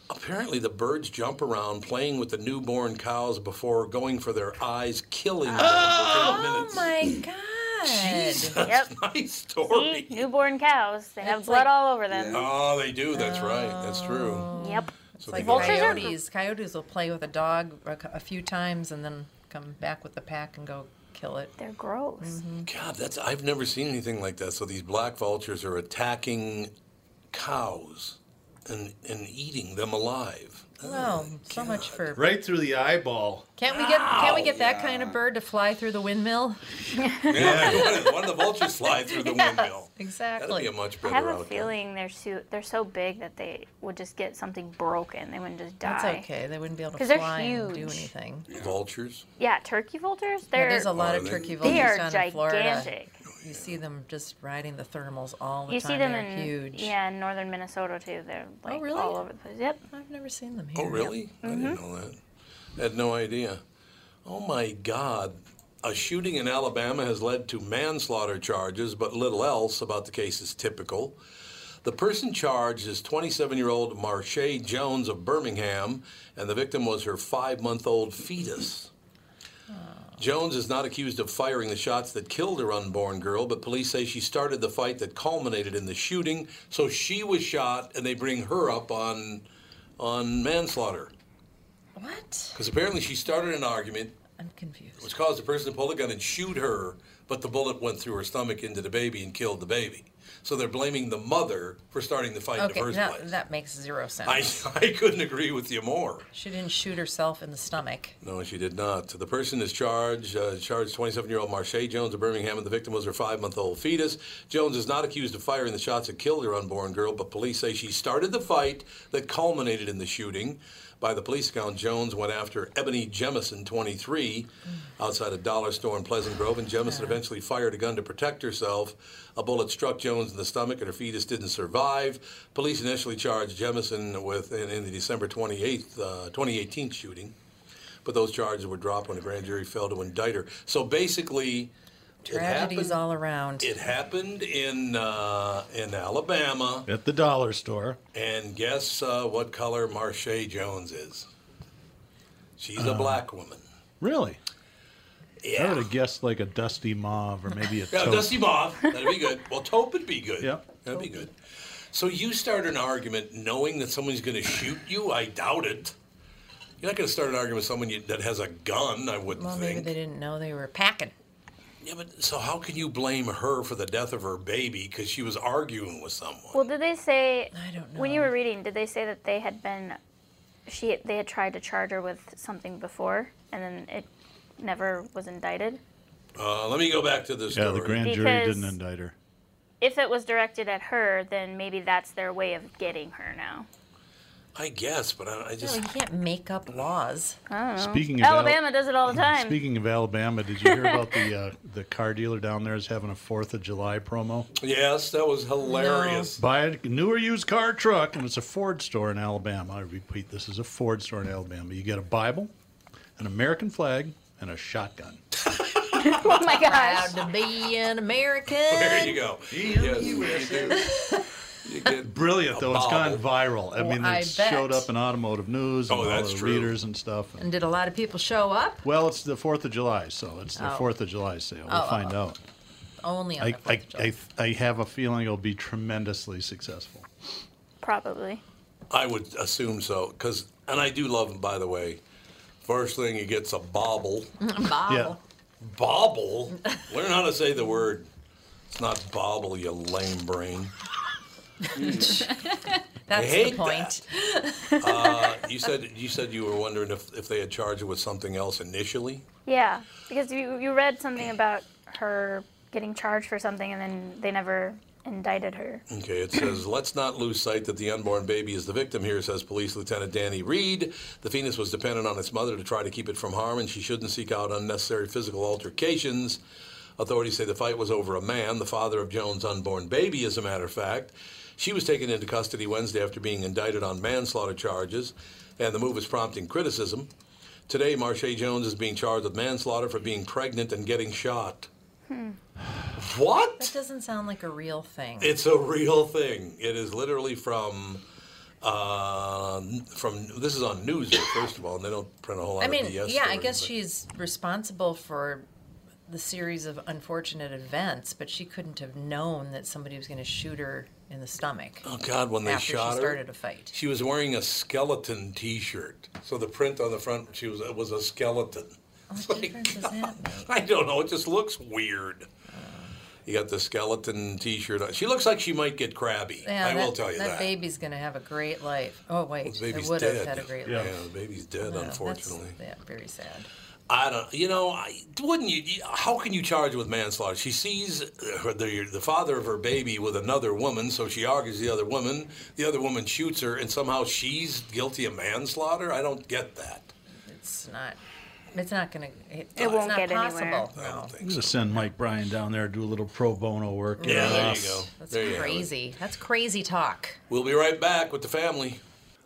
[SPEAKER 1] uh, apparently the birds jump around playing with the newborn cows before going for their eyes, killing them.
[SPEAKER 4] Oh
[SPEAKER 1] [laughs]
[SPEAKER 4] my god.
[SPEAKER 7] Yep.
[SPEAKER 1] nice story.
[SPEAKER 7] See, newborn cows, they have blood all over them.
[SPEAKER 1] Oh, they do. That's right. That's true.
[SPEAKER 7] Yep.
[SPEAKER 1] So
[SPEAKER 4] Oh. Like
[SPEAKER 1] they go
[SPEAKER 7] vultures are-
[SPEAKER 1] around.
[SPEAKER 4] coyotes. Coyotes will play with a dog a cou- a few times and then come back with the pack and go kill it.
[SPEAKER 7] They're gross.
[SPEAKER 4] Mm-hmm.
[SPEAKER 1] God, that's I've never seen anything like that. So these black vultures are attacking cows and and eating them alive. Oh
[SPEAKER 4] Well, so much for.
[SPEAKER 2] Right through the eyeball.
[SPEAKER 4] Can't we get? Can't we get that kind of bird to fly through the windmill?
[SPEAKER 1] Yeah, [laughs] one of the vultures fly through
[SPEAKER 7] [laughs]
[SPEAKER 1] the windmill. That'd
[SPEAKER 4] Exactly.
[SPEAKER 1] be a much
[SPEAKER 7] I
[SPEAKER 1] better
[SPEAKER 7] have a
[SPEAKER 1] outcome.
[SPEAKER 7] feeling they're so they're so big that they would just get something broken. They wouldn't just die.
[SPEAKER 4] That's okay. They wouldn't be able to
[SPEAKER 7] 'Cause they're
[SPEAKER 4] fly and do
[SPEAKER 7] huge.
[SPEAKER 4] anything.
[SPEAKER 1] Vultures.
[SPEAKER 7] Yeah, turkey vultures.
[SPEAKER 4] Yeah,
[SPEAKER 7] They're,
[SPEAKER 4] there's a lot
[SPEAKER 1] Are
[SPEAKER 4] of
[SPEAKER 1] they-
[SPEAKER 4] turkey
[SPEAKER 1] They
[SPEAKER 4] vultures
[SPEAKER 7] are
[SPEAKER 4] down in Florida.
[SPEAKER 7] gigantic.
[SPEAKER 4] You see them just riding the thermals all the
[SPEAKER 7] You
[SPEAKER 4] time.
[SPEAKER 7] see them
[SPEAKER 4] They're
[SPEAKER 7] in
[SPEAKER 4] huge. Oh,
[SPEAKER 7] yeah, in northern Minnesota too. They're like
[SPEAKER 4] really?
[SPEAKER 7] all over the place. Yep.
[SPEAKER 4] I've never seen them here.
[SPEAKER 1] Oh, really? I didn't know that. I had no idea. Oh my God. A shooting in Alabama has led to manslaughter charges, but little else about the case is typical. The person charged is 27 year old Marche Jones of Birmingham, and the victim was her five month old fetus. Jones is not accused of firing the shots that killed her unborn girl, but police say she started the fight that culminated in the shooting, so she was shot, and they bring her up on on manslaughter.
[SPEAKER 4] What?
[SPEAKER 1] Because apparently she started an argument,
[SPEAKER 4] I'm confused.
[SPEAKER 1] which caused the person to pull the gun and shoot her, but the bullet went through her stomach into the baby and killed the baby. So they're blaming the mother for starting the fight in the
[SPEAKER 4] Okay,
[SPEAKER 1] first
[SPEAKER 4] now,
[SPEAKER 1] place.
[SPEAKER 4] that makes zero sense.
[SPEAKER 1] I, I [laughs] couldn't agree with you more.
[SPEAKER 4] She didn't shoot herself in the stomach.
[SPEAKER 1] No, she did not. The person is charged, uh, charged 27-year-old Marche Jones of Birmingham, and the victim was her five-month-old fetus. Jones is not accused of firing the shots that killed her unborn girl, but police say she started the fight that culminated in the shooting. By the police account, Jones went after Ebony Jemison, 23, outside a dollar store in Pleasant Grove, and Jemison eventually fired a gun to protect herself. A bullet struck Jones in the stomach, and her fetus didn't survive. Police initially charged Jemison with in, in the December 28th, uh, 2018 shooting but those charges were dropped when a grand jury failed to indict her. So basically, it
[SPEAKER 4] Tragedies
[SPEAKER 1] happened,
[SPEAKER 4] all around.
[SPEAKER 1] it happened in uh, in Alabama,
[SPEAKER 2] At the dollar store.
[SPEAKER 1] and guess uh, what color Marche Jones is? She's a black woman.
[SPEAKER 2] Really? Uh, I would
[SPEAKER 1] Yeah,
[SPEAKER 2] have guessed like a dusty mauve or maybe a
[SPEAKER 1] yeah
[SPEAKER 2] taupe.
[SPEAKER 1] dusty
[SPEAKER 2] [laughs]
[SPEAKER 1] mauve. That'd be good. Well, taupe would be good.
[SPEAKER 2] Yeah.
[SPEAKER 1] that'd be good. So you start an argument knowing that someone's going to shoot you? I doubt it. You're not going to start an argument with someone you, that has a gun. I wouldn't
[SPEAKER 4] well,
[SPEAKER 1] think.
[SPEAKER 4] maybe they didn't know they were packing.
[SPEAKER 1] Yeah, but so how can you blame her for the death of her baby because she was arguing with someone?
[SPEAKER 7] Well, did they say
[SPEAKER 4] I don't know.
[SPEAKER 7] when you were reading? Did they say that they had been, she they had tried to charge her with something before, and then it never was indicted?
[SPEAKER 1] Uh, let me go back to this
[SPEAKER 2] yeah,
[SPEAKER 1] story.
[SPEAKER 2] the grand jury
[SPEAKER 7] Because-
[SPEAKER 2] didn't indict her.
[SPEAKER 7] If it was directed at her, then maybe that's their way of getting her now.
[SPEAKER 1] I guess, but I, I just
[SPEAKER 4] you can't make up laws.
[SPEAKER 7] I
[SPEAKER 2] don't know. Speaking of Al-
[SPEAKER 7] Alabama does it all the time.
[SPEAKER 2] Speaking of Alabama, did you hear about the uh, [laughs] the car dealer down there is having a Fourth of July promo?
[SPEAKER 1] yes, that was hilarious.
[SPEAKER 2] Buy a new or used car, truck, and it's a Ford store in Alabama. I repeat, this is a Ford store in Alabama. You get a Bible, an American flag, and a shotgun.
[SPEAKER 7] oh [laughs] my gosh.
[SPEAKER 4] Proud to be an American.
[SPEAKER 1] There you go. Yes, you do. You get
[SPEAKER 2] Brilliant,
[SPEAKER 1] a
[SPEAKER 2] though. It's gone
[SPEAKER 1] bottle.
[SPEAKER 2] viral. I
[SPEAKER 4] Well,
[SPEAKER 2] mean,
[SPEAKER 4] I
[SPEAKER 2] it showed
[SPEAKER 4] bet.
[SPEAKER 2] up in automotive news and
[SPEAKER 1] Oh,
[SPEAKER 2] all
[SPEAKER 1] that's
[SPEAKER 2] the
[SPEAKER 1] true.
[SPEAKER 2] readers and stuff.
[SPEAKER 4] And [laughs] did a lot of people show up?
[SPEAKER 2] Well, it's the Fourth of July, so it's the
[SPEAKER 4] Oh.
[SPEAKER 2] Fourth of July sale. We'll
[SPEAKER 4] Oh, oh,
[SPEAKER 2] find out.
[SPEAKER 4] Only on
[SPEAKER 2] I,
[SPEAKER 4] the Fourth
[SPEAKER 2] I,
[SPEAKER 4] of July.
[SPEAKER 2] I, I have a feeling it'll be tremendously successful.
[SPEAKER 7] Probably.
[SPEAKER 1] I would assume so, because and I do love him. By the way, first thing he gets a bobble.
[SPEAKER 4] Bobble.
[SPEAKER 2] Yeah.
[SPEAKER 1] Bobble. Learn how to say the word. It's not bobble, you lame brain.
[SPEAKER 4] That's the
[SPEAKER 1] hate
[SPEAKER 4] point.
[SPEAKER 1] Uh, you said you said you were wondering if, if they had charged her with something else initially.
[SPEAKER 7] Yeah, because you you read something about her getting charged for something and then they never indicted her.
[SPEAKER 1] Okay, it says, let's not lose sight that the unborn baby is the victim here, says Police Lieutenant Danny Reed. The fetus was dependent on its mother to try to keep it from harm, and she shouldn't seek out unnecessary physical altercations. Authorities say the fight was over a man, the father of Jones' unborn baby, as a matter of fact. She was taken into custody Wednesday after being indicted on manslaughter charges, and the move is prompting criticism. Today, Marche Jones is being charged with manslaughter for being pregnant and getting shot. What?
[SPEAKER 4] That doesn't sound like a real thing.
[SPEAKER 1] It's a real thing. It is literally from uh, from this is on Newsweek first of all, and they don't print a whole lot
[SPEAKER 4] I mean,
[SPEAKER 1] of BS.
[SPEAKER 4] yeah, I
[SPEAKER 1] stories,
[SPEAKER 4] guess
[SPEAKER 1] but-
[SPEAKER 4] she's responsible for the series of unfortunate events, but she couldn't have known that somebody was going to shoot her in the stomach
[SPEAKER 1] Oh God, when they
[SPEAKER 4] after
[SPEAKER 1] shot
[SPEAKER 4] she
[SPEAKER 1] her,
[SPEAKER 4] started a fight.
[SPEAKER 1] [laughs] she was wearing a skeleton T-shirt. So the print on the front, she was was a skeleton. [laughs] It's
[SPEAKER 4] What
[SPEAKER 1] like,
[SPEAKER 4] difference does that make?
[SPEAKER 1] I don't know. It just looks weird. You got the skeleton T-shirt. on. She looks like she might get crabby.
[SPEAKER 4] Yeah,
[SPEAKER 1] I
[SPEAKER 4] that,
[SPEAKER 1] will tell you that.
[SPEAKER 4] that baby's going to have a great life. Oh wait,
[SPEAKER 1] The
[SPEAKER 4] it
[SPEAKER 1] baby's
[SPEAKER 4] would
[SPEAKER 1] dead.
[SPEAKER 4] have had a great
[SPEAKER 1] yeah.
[SPEAKER 4] life.
[SPEAKER 1] the baby's dead,
[SPEAKER 4] Yeah, that's-
[SPEAKER 1] unfortunately.
[SPEAKER 4] yeah, very sad.
[SPEAKER 1] I don't. You know, I, wouldn't you, you- How can you charge her with manslaughter? She sees her, the the father of her baby with another woman, so she argues the other woman. The other woman shoots her, and somehow she's guilty of manslaughter. I don't get that.
[SPEAKER 4] It's not. It's not going to. It,
[SPEAKER 7] It
[SPEAKER 4] it's
[SPEAKER 7] won't
[SPEAKER 4] not
[SPEAKER 7] get
[SPEAKER 4] possible.
[SPEAKER 7] anywhere.
[SPEAKER 1] I don't
[SPEAKER 2] I'm
[SPEAKER 1] think
[SPEAKER 2] going
[SPEAKER 1] so.
[SPEAKER 2] to send Mike Bryan down there to do a little pro bono work. Get
[SPEAKER 1] Yeah,
[SPEAKER 2] it
[SPEAKER 1] there
[SPEAKER 2] off.
[SPEAKER 1] you go.
[SPEAKER 4] That's
[SPEAKER 1] There you have it.
[SPEAKER 4] crazy. That's crazy talk.
[SPEAKER 1] We'll be right back with the family.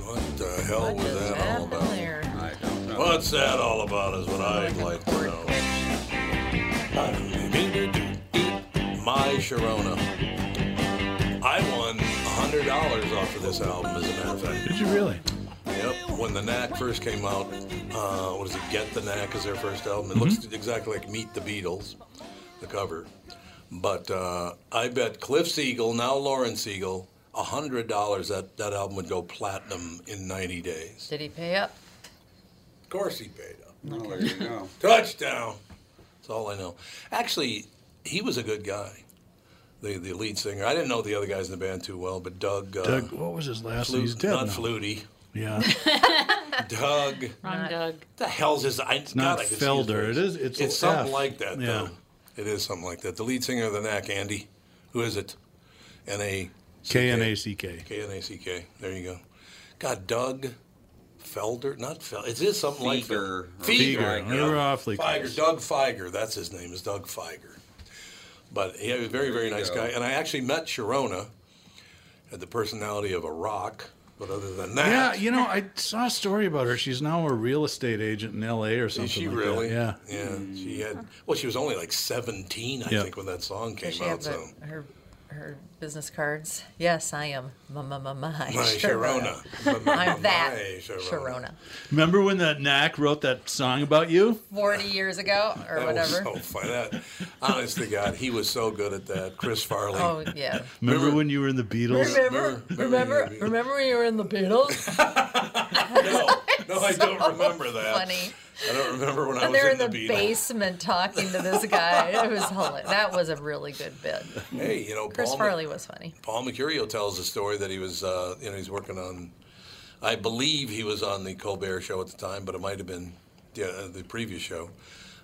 [SPEAKER 1] What the hell
[SPEAKER 4] What
[SPEAKER 1] was
[SPEAKER 4] just
[SPEAKER 1] that all
[SPEAKER 4] happened
[SPEAKER 1] about?
[SPEAKER 4] there?
[SPEAKER 5] I don't know.
[SPEAKER 1] What's that all about is what I'd like to know. My Sharona. I won $100 off of this album, as a matter of fact.
[SPEAKER 2] Did you really?
[SPEAKER 1] Yep. When the Knack first came out, uh, what is it? Get the Knack is their first album. It looks exactly like Meet the Beatles, the cover. But uh, I bet Cliff Siegel, now Lauren Siegel, hundred dollars, that that album would go platinum in ninety days.
[SPEAKER 4] Did he pay up?
[SPEAKER 1] Of course he paid up.
[SPEAKER 5] Well, there you go.
[SPEAKER 1] Touchdown. That's all I know. Actually, he was a good guy. The the lead singer. I didn't know the other guys in the band too well, but Doug. Uh,
[SPEAKER 2] Doug, what was his last name?
[SPEAKER 1] Flu-
[SPEAKER 2] He's dead
[SPEAKER 1] Not
[SPEAKER 2] now.
[SPEAKER 1] Flutie.
[SPEAKER 2] Yeah.
[SPEAKER 1] [laughs] Doug.
[SPEAKER 6] Wrong Doug.
[SPEAKER 1] The hell's his? I,
[SPEAKER 2] It's not
[SPEAKER 1] God, I can see his
[SPEAKER 2] Felder. It
[SPEAKER 1] face.
[SPEAKER 2] is. It's,
[SPEAKER 1] it's
[SPEAKER 2] a
[SPEAKER 1] something
[SPEAKER 2] F.
[SPEAKER 1] like that.
[SPEAKER 2] Yeah.
[SPEAKER 1] though. It is something like that. The lead singer of the Knack, Andy. Who is it? N A
[SPEAKER 2] K N A C K.
[SPEAKER 1] K N A C K. There you go. God, Doug Felder, not Felder. It is something like
[SPEAKER 5] Feger.
[SPEAKER 1] that. Feger.
[SPEAKER 2] Feger.
[SPEAKER 1] yeah.
[SPEAKER 2] We were awfully
[SPEAKER 1] Feiger,
[SPEAKER 2] close.
[SPEAKER 1] Doug Feiger. That's his name. Is Doug Feiger. But he was a very, very nice guy. And I actually met Sharona. Had the personality of a rock, but other than
[SPEAKER 2] Yeah,
[SPEAKER 1] that,
[SPEAKER 2] you know, I saw a story about her. She's now a real estate agent in L.A. or something.
[SPEAKER 1] Is she
[SPEAKER 2] like
[SPEAKER 1] really?
[SPEAKER 2] That.
[SPEAKER 1] Yeah. She had. Well, she was only like 17, I
[SPEAKER 2] Yeah.
[SPEAKER 1] think, when that song came
[SPEAKER 4] Does she
[SPEAKER 1] out.
[SPEAKER 4] have
[SPEAKER 1] So.
[SPEAKER 4] the, her her business cards? Yes, I am. Ma ma ma ma.
[SPEAKER 1] My Sharona. Ma- ma-
[SPEAKER 4] [laughs] I'm that
[SPEAKER 1] my Sharona.
[SPEAKER 4] Sharona.
[SPEAKER 2] Yeah. Remember when that Knack wrote that song about you?
[SPEAKER 4] Forty years ago or
[SPEAKER 1] that
[SPEAKER 4] whatever.
[SPEAKER 1] was so funny. That, honest to God, he was so good at that. Chris Farley.
[SPEAKER 4] oh yeah.
[SPEAKER 2] Remember, when you were in the Beatles?
[SPEAKER 4] Remember, remember, remember when you were in the Beatles?
[SPEAKER 1] No,
[SPEAKER 4] [laughs]
[SPEAKER 1] I don't remember that.
[SPEAKER 4] Funny.
[SPEAKER 1] I don't remember when I
[SPEAKER 4] And
[SPEAKER 1] was
[SPEAKER 4] they're
[SPEAKER 1] in,
[SPEAKER 4] in the,
[SPEAKER 1] Beatles.
[SPEAKER 4] basement talking to this guy. It was hilarious. That was a really good bit.
[SPEAKER 1] Hey, you know,
[SPEAKER 4] Chris
[SPEAKER 1] Paul,
[SPEAKER 4] Farley was funny.
[SPEAKER 1] Paul Mercurio tells a story that he was, uh, you know, he's working on. I believe he was on the Colbert Show at the time, but it might have been the, the previous show.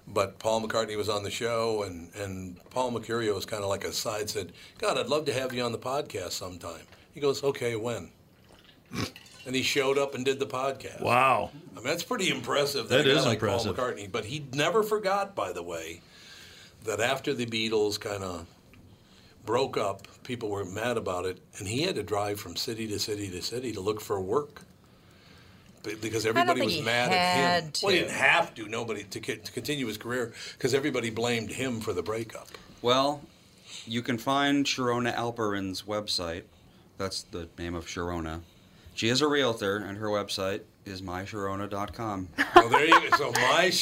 [SPEAKER 1] But Paul McCartney was on the show, and, and Paul Mercurio was kind of like a side said, "God, I'd love to have you on the podcast sometime." He goes, "Okay, when?" and he showed up and did the podcast.
[SPEAKER 2] Wow.
[SPEAKER 1] I mean, that's pretty impressive.
[SPEAKER 2] That
[SPEAKER 1] a guy
[SPEAKER 2] is
[SPEAKER 1] like
[SPEAKER 2] impressive.
[SPEAKER 1] Paul McCartney, but he never forgot, by the way, that after the Beatles kind of broke up, people were mad about it, and he had to drive from city to city to city to look for work Be- because
[SPEAKER 4] don't
[SPEAKER 1] everybody
[SPEAKER 4] think
[SPEAKER 1] was
[SPEAKER 4] he
[SPEAKER 1] mad at him.
[SPEAKER 4] had
[SPEAKER 1] Well, he
[SPEAKER 4] to.
[SPEAKER 1] didn't have to. Nobody to, co- to continue his career because everybody blamed him for the breakup.
[SPEAKER 5] Well, you can find Sharona Alperin's website. That's the name of Sharona. She is a realtor, and her website is mysharona.com.
[SPEAKER 1] Well, there you go. So mysharona.com.
[SPEAKER 4] [laughs]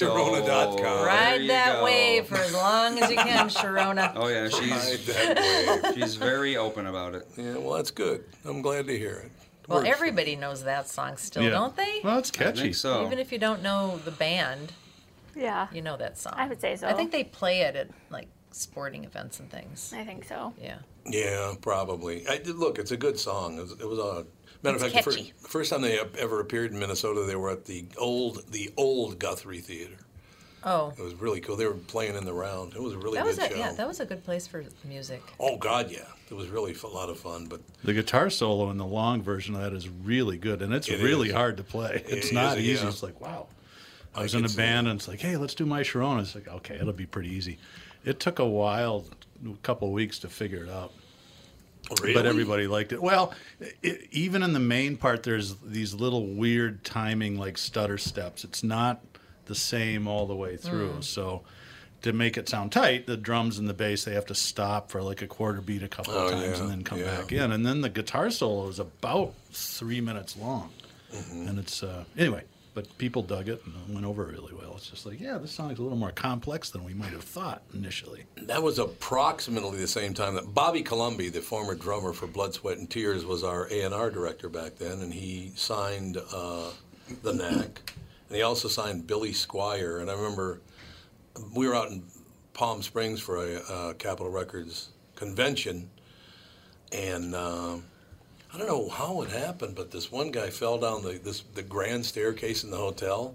[SPEAKER 5] So, there
[SPEAKER 4] Ride
[SPEAKER 5] you
[SPEAKER 4] that
[SPEAKER 5] go.
[SPEAKER 4] wave for as long as you
[SPEAKER 1] [laughs]
[SPEAKER 4] can, Sharona.
[SPEAKER 5] Oh yeah,
[SPEAKER 1] Ride
[SPEAKER 5] she's
[SPEAKER 1] that wave.
[SPEAKER 5] she's very open about it.
[SPEAKER 1] Yeah, well, that's good. I'm glad to hear it.
[SPEAKER 4] Well,
[SPEAKER 1] Works.
[SPEAKER 4] everybody knows that song still,
[SPEAKER 2] Yeah.
[SPEAKER 4] don't they?
[SPEAKER 2] Well, it's
[SPEAKER 5] I
[SPEAKER 2] catchy.
[SPEAKER 5] think so.
[SPEAKER 4] Even if you don't know the band,
[SPEAKER 7] Yeah,
[SPEAKER 4] you know that song.
[SPEAKER 7] I would say so.
[SPEAKER 4] I think they play it at like sporting events and things.
[SPEAKER 7] I think so.
[SPEAKER 4] Yeah.
[SPEAKER 1] Yeah, probably. I, look, it's a good song. It was, it was a matter of
[SPEAKER 4] It's
[SPEAKER 1] fact. The
[SPEAKER 4] catchy.
[SPEAKER 1] first, first time they ep- ever appeared in Minnesota, they were at the old the old Guthrie Theater.
[SPEAKER 4] Oh,
[SPEAKER 1] It was really cool. They were playing in the round. It was a really
[SPEAKER 4] that
[SPEAKER 1] good
[SPEAKER 4] was a
[SPEAKER 1] show.
[SPEAKER 4] yeah, that was a good place for music.
[SPEAKER 1] oh God, yeah, it was really f- a lot of fun. But
[SPEAKER 2] The guitar solo in the long version of that is really good, and it's
[SPEAKER 1] It
[SPEAKER 2] really
[SPEAKER 1] is.
[SPEAKER 2] hard to play. It's
[SPEAKER 1] is,
[SPEAKER 2] not easy.
[SPEAKER 1] yeah. uh,
[SPEAKER 2] It's like, wow. I was
[SPEAKER 1] I
[SPEAKER 2] in a
[SPEAKER 1] could see
[SPEAKER 2] band, and it's like, hey, let's do My Sharona. It's like, okay, it'll be pretty easy. It took a while, a couple weeks to figure it out.
[SPEAKER 1] Oh,
[SPEAKER 2] But everybody liked it. Well, it, even in the main part, there's these little weird timing, like stutter steps. It's not the same all the way through.
[SPEAKER 1] Mm.
[SPEAKER 2] So, to make it sound tight, the drums and the bass they have to stop for like a quarter beat a couple
[SPEAKER 1] Oh,
[SPEAKER 2] of times
[SPEAKER 1] yeah,
[SPEAKER 2] and then come
[SPEAKER 1] yeah.
[SPEAKER 2] back in. And then the guitar solo is about three minutes long,
[SPEAKER 1] Mm-hmm.
[SPEAKER 2] and it's uh, anyway. But people dug it and it went over really well. It's just like, yeah, this song's a little more complex than we might have thought initially.
[SPEAKER 1] that was approximately the same time that Bobby Columbi, the former drummer for Blood, Sweat, and Tears, was our A and R director back then, and he signed uh, the Knack, and he also signed Billy Squire. And I remember we were out in Palm Springs for a uh, Capitol Records convention, and um I don't know how it happened, but this one guy fell down the this the grand staircase in the hotel,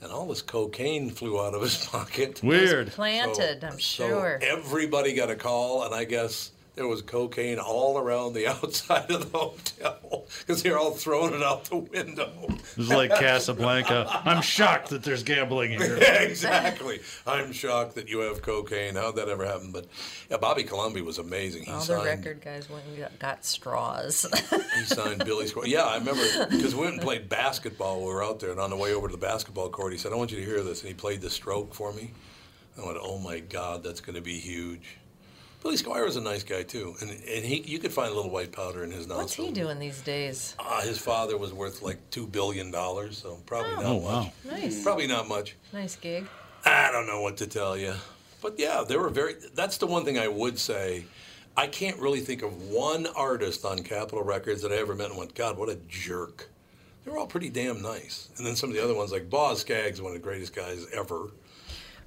[SPEAKER 1] and all this cocaine flew out of his [laughs] pocket.
[SPEAKER 2] Weird.
[SPEAKER 4] Planted,
[SPEAKER 1] So-
[SPEAKER 4] I'm
[SPEAKER 1] so
[SPEAKER 4] sure.
[SPEAKER 1] everybody got a call, and I guess there was cocaine all around the [laughs] outside of the hotel because they're all throwing it out the window. [laughs]
[SPEAKER 2] It was like Casablanca. I'm shocked that there's gambling here.
[SPEAKER 1] exactly. I'm shocked that you have cocaine. How'd that ever happen? But yeah, Bobby Columbi was amazing. He
[SPEAKER 4] All the
[SPEAKER 1] signed,
[SPEAKER 4] record guys went and got, got straws. [laughs]
[SPEAKER 1] He signed Billy Squire. Yeah, I remember because we went and played basketball. when We were out there, and on the way over to the basketball court, he said, "I want you to hear this," and he played the stroke for me. I went, "Oh my God, that's going to be huge." Billy Squire was a nice guy too, and and he you could find a little white powder in his
[SPEAKER 4] What's
[SPEAKER 1] nostrils.
[SPEAKER 4] he doing these days?
[SPEAKER 1] Uh, his father was worth like two billion dollars, so probably not
[SPEAKER 2] Oh,
[SPEAKER 1] much.
[SPEAKER 2] wow.
[SPEAKER 4] Nice,
[SPEAKER 1] Probably not much.
[SPEAKER 4] nice gig.
[SPEAKER 1] I don't know what to tell you. But yeah, they were very. That's the one thing I would say. I can't really think of one artist on Capitol Records that I ever met and went, God, what a jerk. They were all pretty damn nice. And then some of the other ones, like Boz Skaggs, one of the greatest guys ever.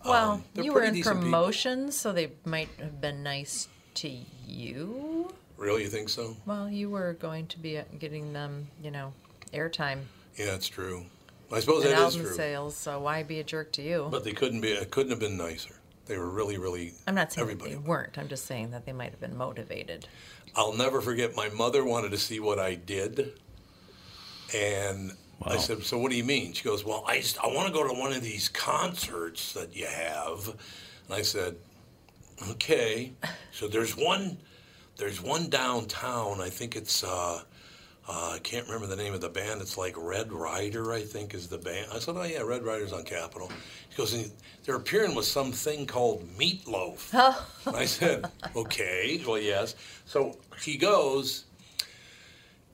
[SPEAKER 4] Well,
[SPEAKER 1] Um, they're
[SPEAKER 4] you were
[SPEAKER 1] pretty
[SPEAKER 4] in
[SPEAKER 1] decent people.
[SPEAKER 4] promotion, so they might have been nice to you.
[SPEAKER 1] Really, you think so?
[SPEAKER 4] Well, you were going to be uh, getting them, you know, airtime
[SPEAKER 1] Yeah, it's true. I suppose
[SPEAKER 4] and
[SPEAKER 1] that is
[SPEAKER 4] album
[SPEAKER 1] true.
[SPEAKER 4] sales. So why be a jerk to you?
[SPEAKER 1] But they couldn't be. It couldn't have been nicer. They were really, really.
[SPEAKER 4] I'm not saying that
[SPEAKER 1] everybody.
[SPEAKER 4] they weren't. I'm just saying that they might have been motivated.
[SPEAKER 1] I'll never forget. My mother wanted to see what I did, and I said, "So what do you mean?" She goes, "Well, I s- I want to go to one of these concerts that you have," and I said, "Okay." So there's one, there's one downtown. I think it's. Uh, uh, I can't remember the name of the band. It's like Red Rider, I think, is the band. I said, "Oh yeah, Red Rider's on Capitol." She goes, and "They're appearing with something called Meatloaf." And I said, okay, well, yes. So she goes,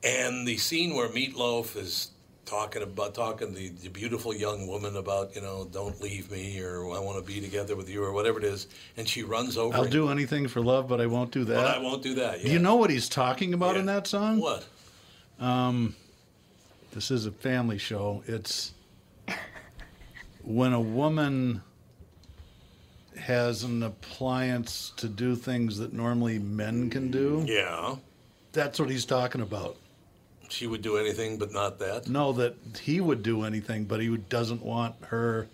[SPEAKER 1] and the scene where Meatloaf is talking about talking to the, the beautiful young woman about you know don't leave me or I want to be together with you or whatever it is, and she runs over.
[SPEAKER 2] I'll
[SPEAKER 1] and-
[SPEAKER 2] do anything for love, but I won't do that.
[SPEAKER 1] But I won't do that.
[SPEAKER 2] Do
[SPEAKER 1] yeah.
[SPEAKER 2] you know what he's talking about in that song?
[SPEAKER 1] What?
[SPEAKER 2] Um, this is a family show. It's when a woman has an appliance to do things that normally men can do.
[SPEAKER 1] Yeah.
[SPEAKER 2] That's what he's talking about.
[SPEAKER 1] She would do anything, but not that.
[SPEAKER 2] No, that he would do anything, but he doesn't want her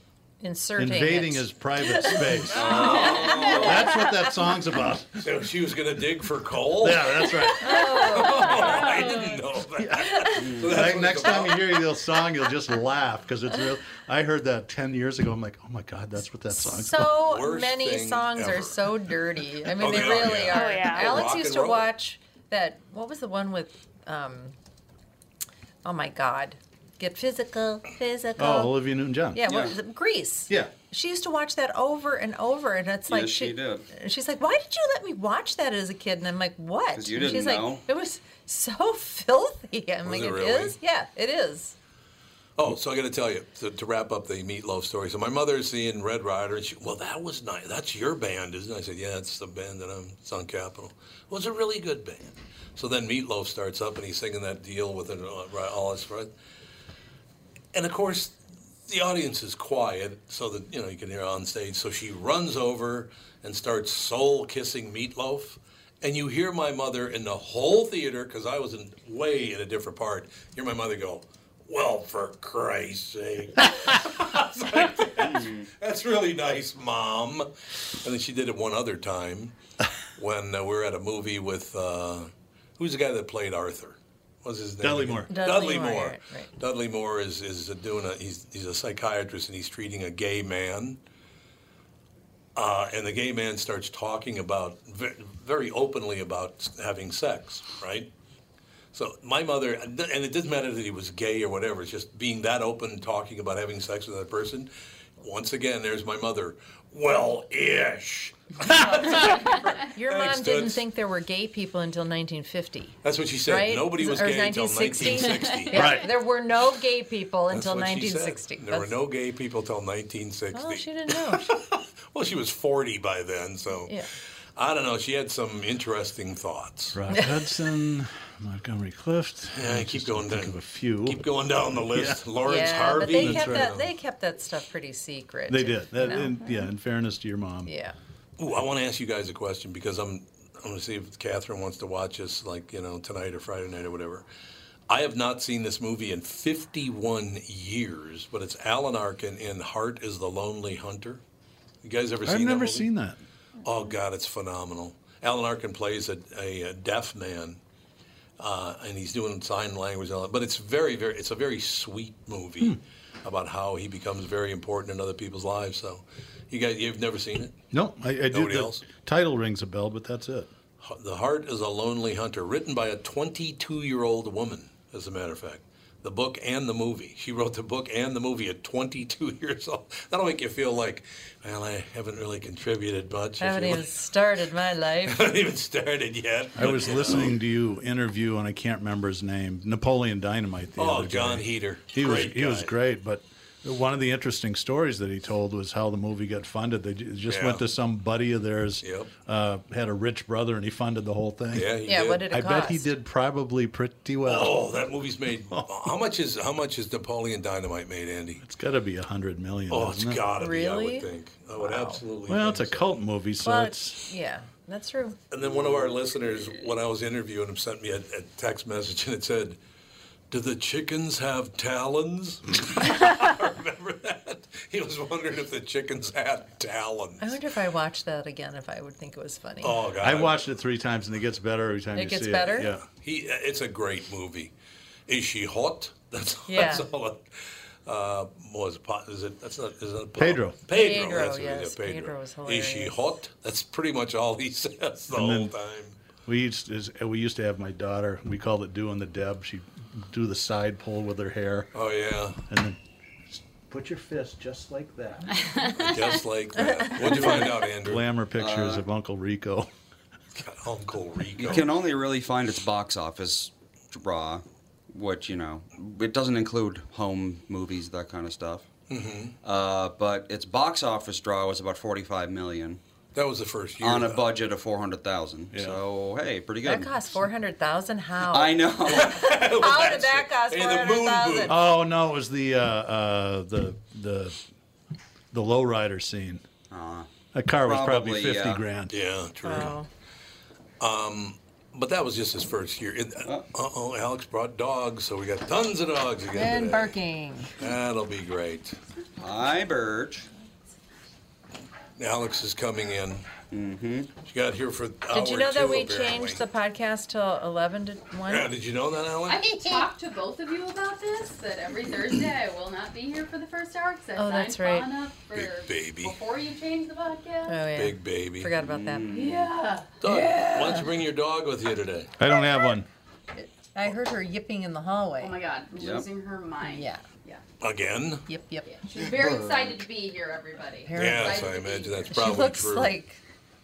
[SPEAKER 4] Inserting
[SPEAKER 2] invading
[SPEAKER 4] it.
[SPEAKER 2] his private space. That's what that song's about.
[SPEAKER 1] So she was gonna dig for
[SPEAKER 2] [laughs]
[SPEAKER 1] coal.
[SPEAKER 2] Yeah, that's right.
[SPEAKER 1] [laughs] I didn't
[SPEAKER 2] [laughs]
[SPEAKER 1] know that. So that's
[SPEAKER 2] Like,
[SPEAKER 1] what
[SPEAKER 2] next
[SPEAKER 1] it's about.
[SPEAKER 2] time you hear this song, you'll just laugh because it's real. I heard that ten years ago. I'm like, oh my god, that's what that song's about.
[SPEAKER 4] So many songs are so dirty. I mean,
[SPEAKER 2] Oh,
[SPEAKER 4] they
[SPEAKER 2] they are,
[SPEAKER 4] really
[SPEAKER 2] yeah.
[SPEAKER 4] are.
[SPEAKER 2] Oh, yeah.
[SPEAKER 4] Alex
[SPEAKER 2] Rock
[SPEAKER 4] used
[SPEAKER 2] and
[SPEAKER 4] to
[SPEAKER 2] roll.
[SPEAKER 4] watch that. What was the one with? Um, oh my God, get physical, physical.
[SPEAKER 2] Oh, Olivia Newton-John.
[SPEAKER 4] Yeah, what was it? Grease.
[SPEAKER 2] Yeah.
[SPEAKER 4] She used to watch that over and over, and it's like
[SPEAKER 5] yes, she, did.
[SPEAKER 4] She's like, "Why did you let me watch that as a kid?" And I'm like, "What?"
[SPEAKER 5] 'Cause you
[SPEAKER 4] And
[SPEAKER 5] didn't
[SPEAKER 4] She's like,
[SPEAKER 5] know.
[SPEAKER 4] "It was so filthy." I'm
[SPEAKER 1] Was
[SPEAKER 4] like,
[SPEAKER 1] it
[SPEAKER 4] "It is?
[SPEAKER 1] really?
[SPEAKER 4] Yeah, it is."
[SPEAKER 1] Oh, so I got to tell you to, to wrap up the meatloaf story. So my mother's seeing Red Rider, and she, well, that was nice. That's your band, isn't it? I said, yeah, it's the band that I'm. It's on Capitol. Well, it's a really good band. So then Meatloaf starts up, and he's singing that deal with uh, it, and all- right, all his friends. And of course, the audience is quiet, so that you know you can hear her on stage. So she runs over and starts soul kissing Meatloaf. And you hear my mother in the whole theater, because I was in, way in a different part. Hear my mother go, "Well, for Christ's sake!" I was like, that's, that's really nice, mom. And then she did it one other time when uh, we were at a movie with uh, who's the guy that played Arthur? What's his name?
[SPEAKER 2] Dudley
[SPEAKER 1] again?
[SPEAKER 2] Moore.
[SPEAKER 1] Dudley,
[SPEAKER 2] Dudley
[SPEAKER 1] Moore.
[SPEAKER 2] Moore, right, right.
[SPEAKER 1] Dudley Moore is is doing a he's he's a psychiatrist and he's treating a gay man. Uh, and the gay man starts talking about ve- very openly about having sex, right? So my mother, and it doesn't matter that he was gay or whatever. It's just being that open, talking about having sex with that person. Once again, there's my mother. Well, ish.
[SPEAKER 4] Your
[SPEAKER 1] Thanks,
[SPEAKER 4] mom didn't
[SPEAKER 1] Toots.
[SPEAKER 4] think there were gay people until 1950.
[SPEAKER 1] That's what she said.
[SPEAKER 4] Right?
[SPEAKER 1] Nobody was
[SPEAKER 4] or
[SPEAKER 1] gay until 1960.
[SPEAKER 4] 1960? [laughs] Yeah, There were no gay people until
[SPEAKER 1] That's what she said.
[SPEAKER 4] 1960.
[SPEAKER 1] There were no gay people till 1960.
[SPEAKER 4] Oh, she didn't know.
[SPEAKER 1] [laughs]
[SPEAKER 4] She-
[SPEAKER 1] Well, she was 40 by then, so
[SPEAKER 4] yeah.
[SPEAKER 1] I don't know. She had some interesting thoughts.
[SPEAKER 2] Rock Hudson, Montgomery Clift.
[SPEAKER 1] Yeah,
[SPEAKER 2] I
[SPEAKER 1] keep
[SPEAKER 2] just
[SPEAKER 1] going
[SPEAKER 2] don't Think
[SPEAKER 1] down.
[SPEAKER 2] of a few.
[SPEAKER 1] Keep going down the list.
[SPEAKER 2] Yeah.
[SPEAKER 1] Lawrence
[SPEAKER 4] yeah,
[SPEAKER 1] Harvey.
[SPEAKER 4] but they kept that. They kept that stuff pretty secret.
[SPEAKER 2] They did. That,
[SPEAKER 4] you know?
[SPEAKER 2] and- yeah, in fairness to your mom.
[SPEAKER 4] yeah.
[SPEAKER 1] Ooh, I want to ask you guys a question because I'm I'm going to see if Catherine wants to watch us like you know tonight or Friday night or whatever. I have not seen this movie in 51 years, but it's Alan Arkin in Heart is the Lonely Hunter. You guys ever
[SPEAKER 2] I've
[SPEAKER 1] seen that?
[SPEAKER 2] never
[SPEAKER 1] movie?
[SPEAKER 2] seen that.
[SPEAKER 1] Oh God, it's phenomenal. Alan Arkin plays a, a, a deaf man, uh, and he's doing sign language and all that. But it's very, very, it's a very sweet movie
[SPEAKER 2] Hmm.
[SPEAKER 1] about how he becomes very important in other people's lives. So, you guys, you've never seen it?
[SPEAKER 2] No, I, I did.
[SPEAKER 1] Nobody
[SPEAKER 2] the
[SPEAKER 1] else?
[SPEAKER 2] Title rings a bell, but that's it.
[SPEAKER 1] The Heart is a Lonely Hunter, written by a 22 year old woman, as a matter of fact. The book and the movie. She wrote the book and the movie at 22 [laughs] years old. That'll make you feel like, well, I haven't really contributed much.
[SPEAKER 4] I haven't
[SPEAKER 1] if you
[SPEAKER 4] even started my life.
[SPEAKER 1] [laughs] haven't even started yet.
[SPEAKER 2] I was listening to you interview, and I can't remember his name. Napoleon Dynamite. The
[SPEAKER 1] [laughs] Oh,
[SPEAKER 2] other
[SPEAKER 1] John
[SPEAKER 2] day.
[SPEAKER 1] Heater.
[SPEAKER 2] He was
[SPEAKER 1] Great
[SPEAKER 2] he was
[SPEAKER 1] guy.
[SPEAKER 2] great, but One of the interesting stories that he told was how the movie got funded. They ju- just
[SPEAKER 1] Yeah.
[SPEAKER 2] went to some buddy of theirs, uh, had a rich brother, and he funded the whole thing.
[SPEAKER 1] Yeah, he Yeah, did. what did it
[SPEAKER 2] I bet he
[SPEAKER 1] cost?
[SPEAKER 2] did probably pretty well.
[SPEAKER 1] Oh, that
[SPEAKER 2] [laughs]
[SPEAKER 1] movie's made.
[SPEAKER 2] Oh.
[SPEAKER 1] How much is how much is Napoleon Dynamite made, Andy?
[SPEAKER 2] It's got to be a hundred million.
[SPEAKER 1] Oh,
[SPEAKER 2] it's
[SPEAKER 1] it's gotta be. I
[SPEAKER 4] Really?
[SPEAKER 1] would think. I would absolutely.
[SPEAKER 2] Well, it's a cult movie, so
[SPEAKER 4] Well,
[SPEAKER 2] it's
[SPEAKER 4] yeah, that's true.
[SPEAKER 1] And then one of our listeners, when I was interviewing him, sent me a, a text message and it said, "Do the chickens have talons?" [laughs] I remember that. He was wondering if the chickens had talons.
[SPEAKER 4] I wonder if I watched that again if I would think it was funny.
[SPEAKER 1] Oh, God.
[SPEAKER 2] I watched it three times, and it gets better every time
[SPEAKER 4] It
[SPEAKER 2] you
[SPEAKER 4] gets
[SPEAKER 2] see
[SPEAKER 4] better?
[SPEAKER 2] it. Yeah.
[SPEAKER 1] He, it's a great movie. Is she hot? [laughs] That's,
[SPEAKER 4] Yeah.
[SPEAKER 1] that's all. It, uh, was Pa- is it? That's not. Is it Pa-
[SPEAKER 2] Pedro.
[SPEAKER 1] Pedro.
[SPEAKER 4] Pedro,
[SPEAKER 1] that's what it
[SPEAKER 4] yes,
[SPEAKER 1] is, Pedro.
[SPEAKER 4] Pedro was
[SPEAKER 1] Is she
[SPEAKER 4] hilarious.
[SPEAKER 1] hot? That's pretty much all he [laughs] says the
[SPEAKER 2] And
[SPEAKER 1] whole
[SPEAKER 2] then-
[SPEAKER 1] time.
[SPEAKER 2] We used to, we used to have my daughter. We called it doing the deb. She would do the side pull with her hair.
[SPEAKER 1] Oh yeah.
[SPEAKER 2] And then put your fist just like that.
[SPEAKER 1] Just like that. What'd you find
[SPEAKER 2] [laughs]
[SPEAKER 1] out, Andrew?
[SPEAKER 2] Glamour pictures
[SPEAKER 5] Uh,
[SPEAKER 2] of Uncle Rico.
[SPEAKER 1] Uncle Rico.
[SPEAKER 5] You can only really find its box office draw, which you know it doesn't include home movies, that kind of stuff.
[SPEAKER 1] Mhm.
[SPEAKER 5] Uh, but its box office draw was about forty-five million.
[SPEAKER 1] That was the first year,
[SPEAKER 5] on a
[SPEAKER 1] though.
[SPEAKER 5] budget of four hundred thousand. So hey, pretty
[SPEAKER 4] That
[SPEAKER 5] good.
[SPEAKER 4] cost four hundred thousand. How?
[SPEAKER 5] I know.
[SPEAKER 4] How did that cost four hundred thousand?
[SPEAKER 2] Oh no, it was the uh, uh, the the the lowrider scene. That car was probably,
[SPEAKER 1] Uh-huh. Probably,
[SPEAKER 2] fifty
[SPEAKER 1] yeah.
[SPEAKER 2] grand.
[SPEAKER 1] Yeah, true. Um, but that was just his first year. Uh oh, Alex brought dogs, so we got tons of dogs again.
[SPEAKER 4] And
[SPEAKER 1] today.
[SPEAKER 4] barking.
[SPEAKER 1] That'll be great.
[SPEAKER 5] Hi, Birch.
[SPEAKER 1] Alex is coming in. Mm-hmm. She got here for.
[SPEAKER 4] Did you know that we changed the podcast till eleven to one?
[SPEAKER 1] Yeah, did you know that, Alex?
[SPEAKER 10] I talked to both of you about this. That every Thursday I will not be here for the first hour because I
[SPEAKER 4] Oh,
[SPEAKER 10] signed
[SPEAKER 4] that's right.
[SPEAKER 10] Fawn up for
[SPEAKER 1] Big baby.
[SPEAKER 10] before you changed the podcast.
[SPEAKER 4] Oh, yeah.
[SPEAKER 1] Big baby.
[SPEAKER 4] Forgot about that.
[SPEAKER 10] Yeah.
[SPEAKER 1] Doug, why don't you bring your dog with you today?
[SPEAKER 2] I don't have one.
[SPEAKER 4] I heard her yipping in the hallway. Oh my
[SPEAKER 10] god, I'm
[SPEAKER 1] Yep.
[SPEAKER 10] losing her mind.
[SPEAKER 4] Yeah.
[SPEAKER 1] Again?
[SPEAKER 4] Yep, yep.
[SPEAKER 10] She's very excited to be here, everybody.
[SPEAKER 1] Yes,
[SPEAKER 10] Excited
[SPEAKER 1] I
[SPEAKER 10] to be
[SPEAKER 1] imagine
[SPEAKER 10] here.
[SPEAKER 1] that's probably
[SPEAKER 4] she looks
[SPEAKER 1] true.
[SPEAKER 4] like,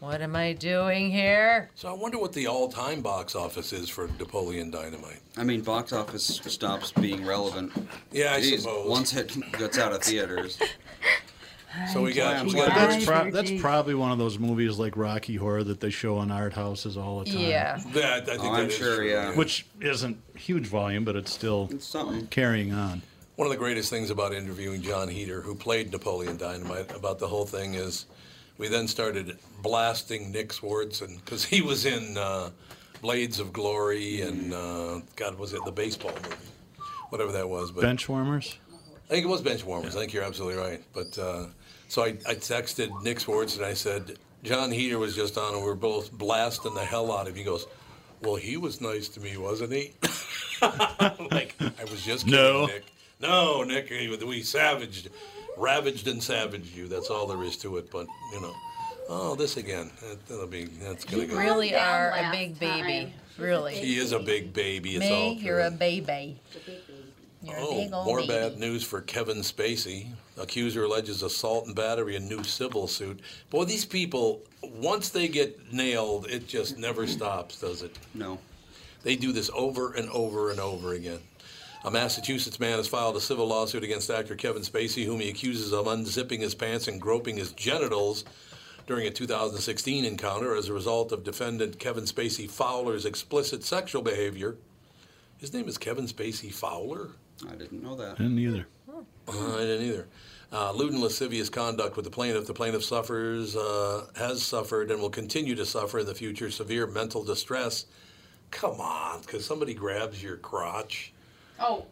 [SPEAKER 4] what am I doing here?
[SPEAKER 1] So I wonder what the all-time box office is for Napoleon Dynamite.
[SPEAKER 5] I mean, box office stops being relevant.
[SPEAKER 1] Yeah, I suppose.
[SPEAKER 5] Once it
[SPEAKER 4] [laughs]
[SPEAKER 5] gets out of theaters.
[SPEAKER 1] So we got-
[SPEAKER 5] Times
[SPEAKER 1] we got-
[SPEAKER 5] like
[SPEAKER 2] That's,
[SPEAKER 5] that.
[SPEAKER 2] pro- that's probably one of those movies like Rocky Horror that they show in art houses all the time.
[SPEAKER 4] Yeah.
[SPEAKER 1] That I think
[SPEAKER 5] Oh, I'm
[SPEAKER 1] that is
[SPEAKER 5] sure,
[SPEAKER 1] true,
[SPEAKER 5] yeah.
[SPEAKER 2] Which isn't huge volume, but it's still carrying on.
[SPEAKER 1] One of the greatest things about interviewing John Heater, who played Napoleon Dynamite, about the whole thing is we then started blasting Nick Swartzen because he was in uh, Blades of Glory and, uh, God, was it the baseball movie? Whatever that was. But
[SPEAKER 2] Benchwarmers.
[SPEAKER 1] I think it was Benchwarmers. I think you're absolutely right. But uh, so I, I texted Nick Swartzen and I said, John Heater was just on and we were both blasting the hell out of him. He goes, Well, he was nice to me, wasn't he? [laughs] like, I was just kidding,
[SPEAKER 2] No.
[SPEAKER 1] Nick. No, Nick, we savaged, ravaged and savaged you. That's all there is to it. But, you know, oh, this again. That, that'll be, that's going to
[SPEAKER 4] You
[SPEAKER 1] go.
[SPEAKER 4] really
[SPEAKER 10] down
[SPEAKER 4] are a
[SPEAKER 10] last
[SPEAKER 4] big baby.
[SPEAKER 10] time.
[SPEAKER 4] Really.
[SPEAKER 1] He is a big baby. It's
[SPEAKER 4] May,
[SPEAKER 1] all
[SPEAKER 4] you're a baby. You're a
[SPEAKER 1] Oh,
[SPEAKER 4] big old
[SPEAKER 1] more
[SPEAKER 4] baby.
[SPEAKER 1] bad news for Kevin Spacey. Accuser alleges assault and battery in new civil suit. Boy, these people, once they get nailed, it just never stops, does it?
[SPEAKER 5] No.
[SPEAKER 1] They do this over and over and over again. A Massachusetts man has filed a civil lawsuit against actor Kevin Spacey, whom he accuses of unzipping his pants and groping his genitals during a 2016 encounter as a result of defendant Kevin Spacey Fowler's explicit sexual behavior. His name is Kevin Spacey Fowler?
[SPEAKER 5] I didn't know that.
[SPEAKER 2] Didn't either.
[SPEAKER 1] Uh, I didn't either. Uh, lewd and lascivious conduct with the plaintiff. The plaintiff suffers, uh, has suffered, and will continue to suffer in the future severe mental distress. Come on, because somebody grabs your crotch.
[SPEAKER 10] Oh,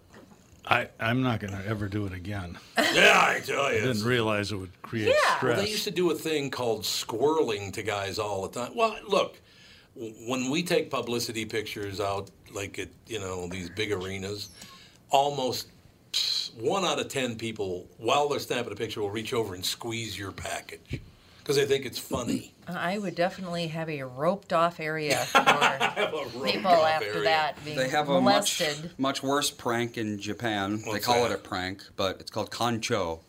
[SPEAKER 2] I, I'm not going to ever do it again.
[SPEAKER 1] Yeah, I tell
[SPEAKER 2] I
[SPEAKER 1] you.
[SPEAKER 2] didn't realize it would create
[SPEAKER 1] Well,
[SPEAKER 2] stress.
[SPEAKER 1] they used to do a thing called squirreling to guys all the time. Well, look, w- when we take publicity pictures out, like at you know these big arenas, almost pss, one out of ten people, while they're snapping a picture, will reach over and squeeze your package because they think it's [laughs] funny.
[SPEAKER 4] Uh, I would definitely have a roped
[SPEAKER 1] [laughs]
[SPEAKER 4] off area for people
[SPEAKER 1] off
[SPEAKER 4] after
[SPEAKER 1] area.
[SPEAKER 4] that being
[SPEAKER 5] They have a much,
[SPEAKER 4] molested.
[SPEAKER 5] much worse prank in Japan. they
[SPEAKER 1] What's
[SPEAKER 5] call
[SPEAKER 1] that?
[SPEAKER 5] it a prank, but it's called kancho.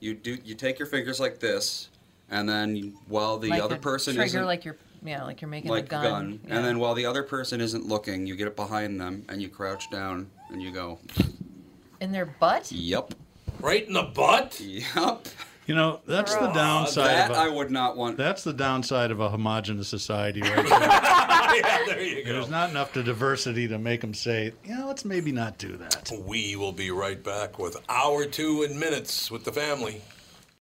[SPEAKER 5] You do you take your fingers like this, and then while the
[SPEAKER 4] like
[SPEAKER 5] other
[SPEAKER 4] a
[SPEAKER 5] person
[SPEAKER 4] trigger
[SPEAKER 5] isn't
[SPEAKER 4] like you're yeah, like you're making
[SPEAKER 5] like
[SPEAKER 4] a gun. Yeah.
[SPEAKER 5] and then while the other person isn't looking, you get it behind them and you crouch down and you go,
[SPEAKER 4] in their butt?
[SPEAKER 5] "Yep."
[SPEAKER 1] Right in the [laughs] butt?
[SPEAKER 5] Yep.
[SPEAKER 2] You know, that's the
[SPEAKER 5] Gross.
[SPEAKER 2] downside.
[SPEAKER 5] That
[SPEAKER 2] of a,
[SPEAKER 5] I would not want.
[SPEAKER 2] That's the downside of a homogenous society.
[SPEAKER 1] [laughs]
[SPEAKER 2] Right there.
[SPEAKER 1] there you go.
[SPEAKER 2] There's not enough to diversity to make them say, you know, let's maybe not do that.
[SPEAKER 1] We will be right back with hour two in minutes with the family.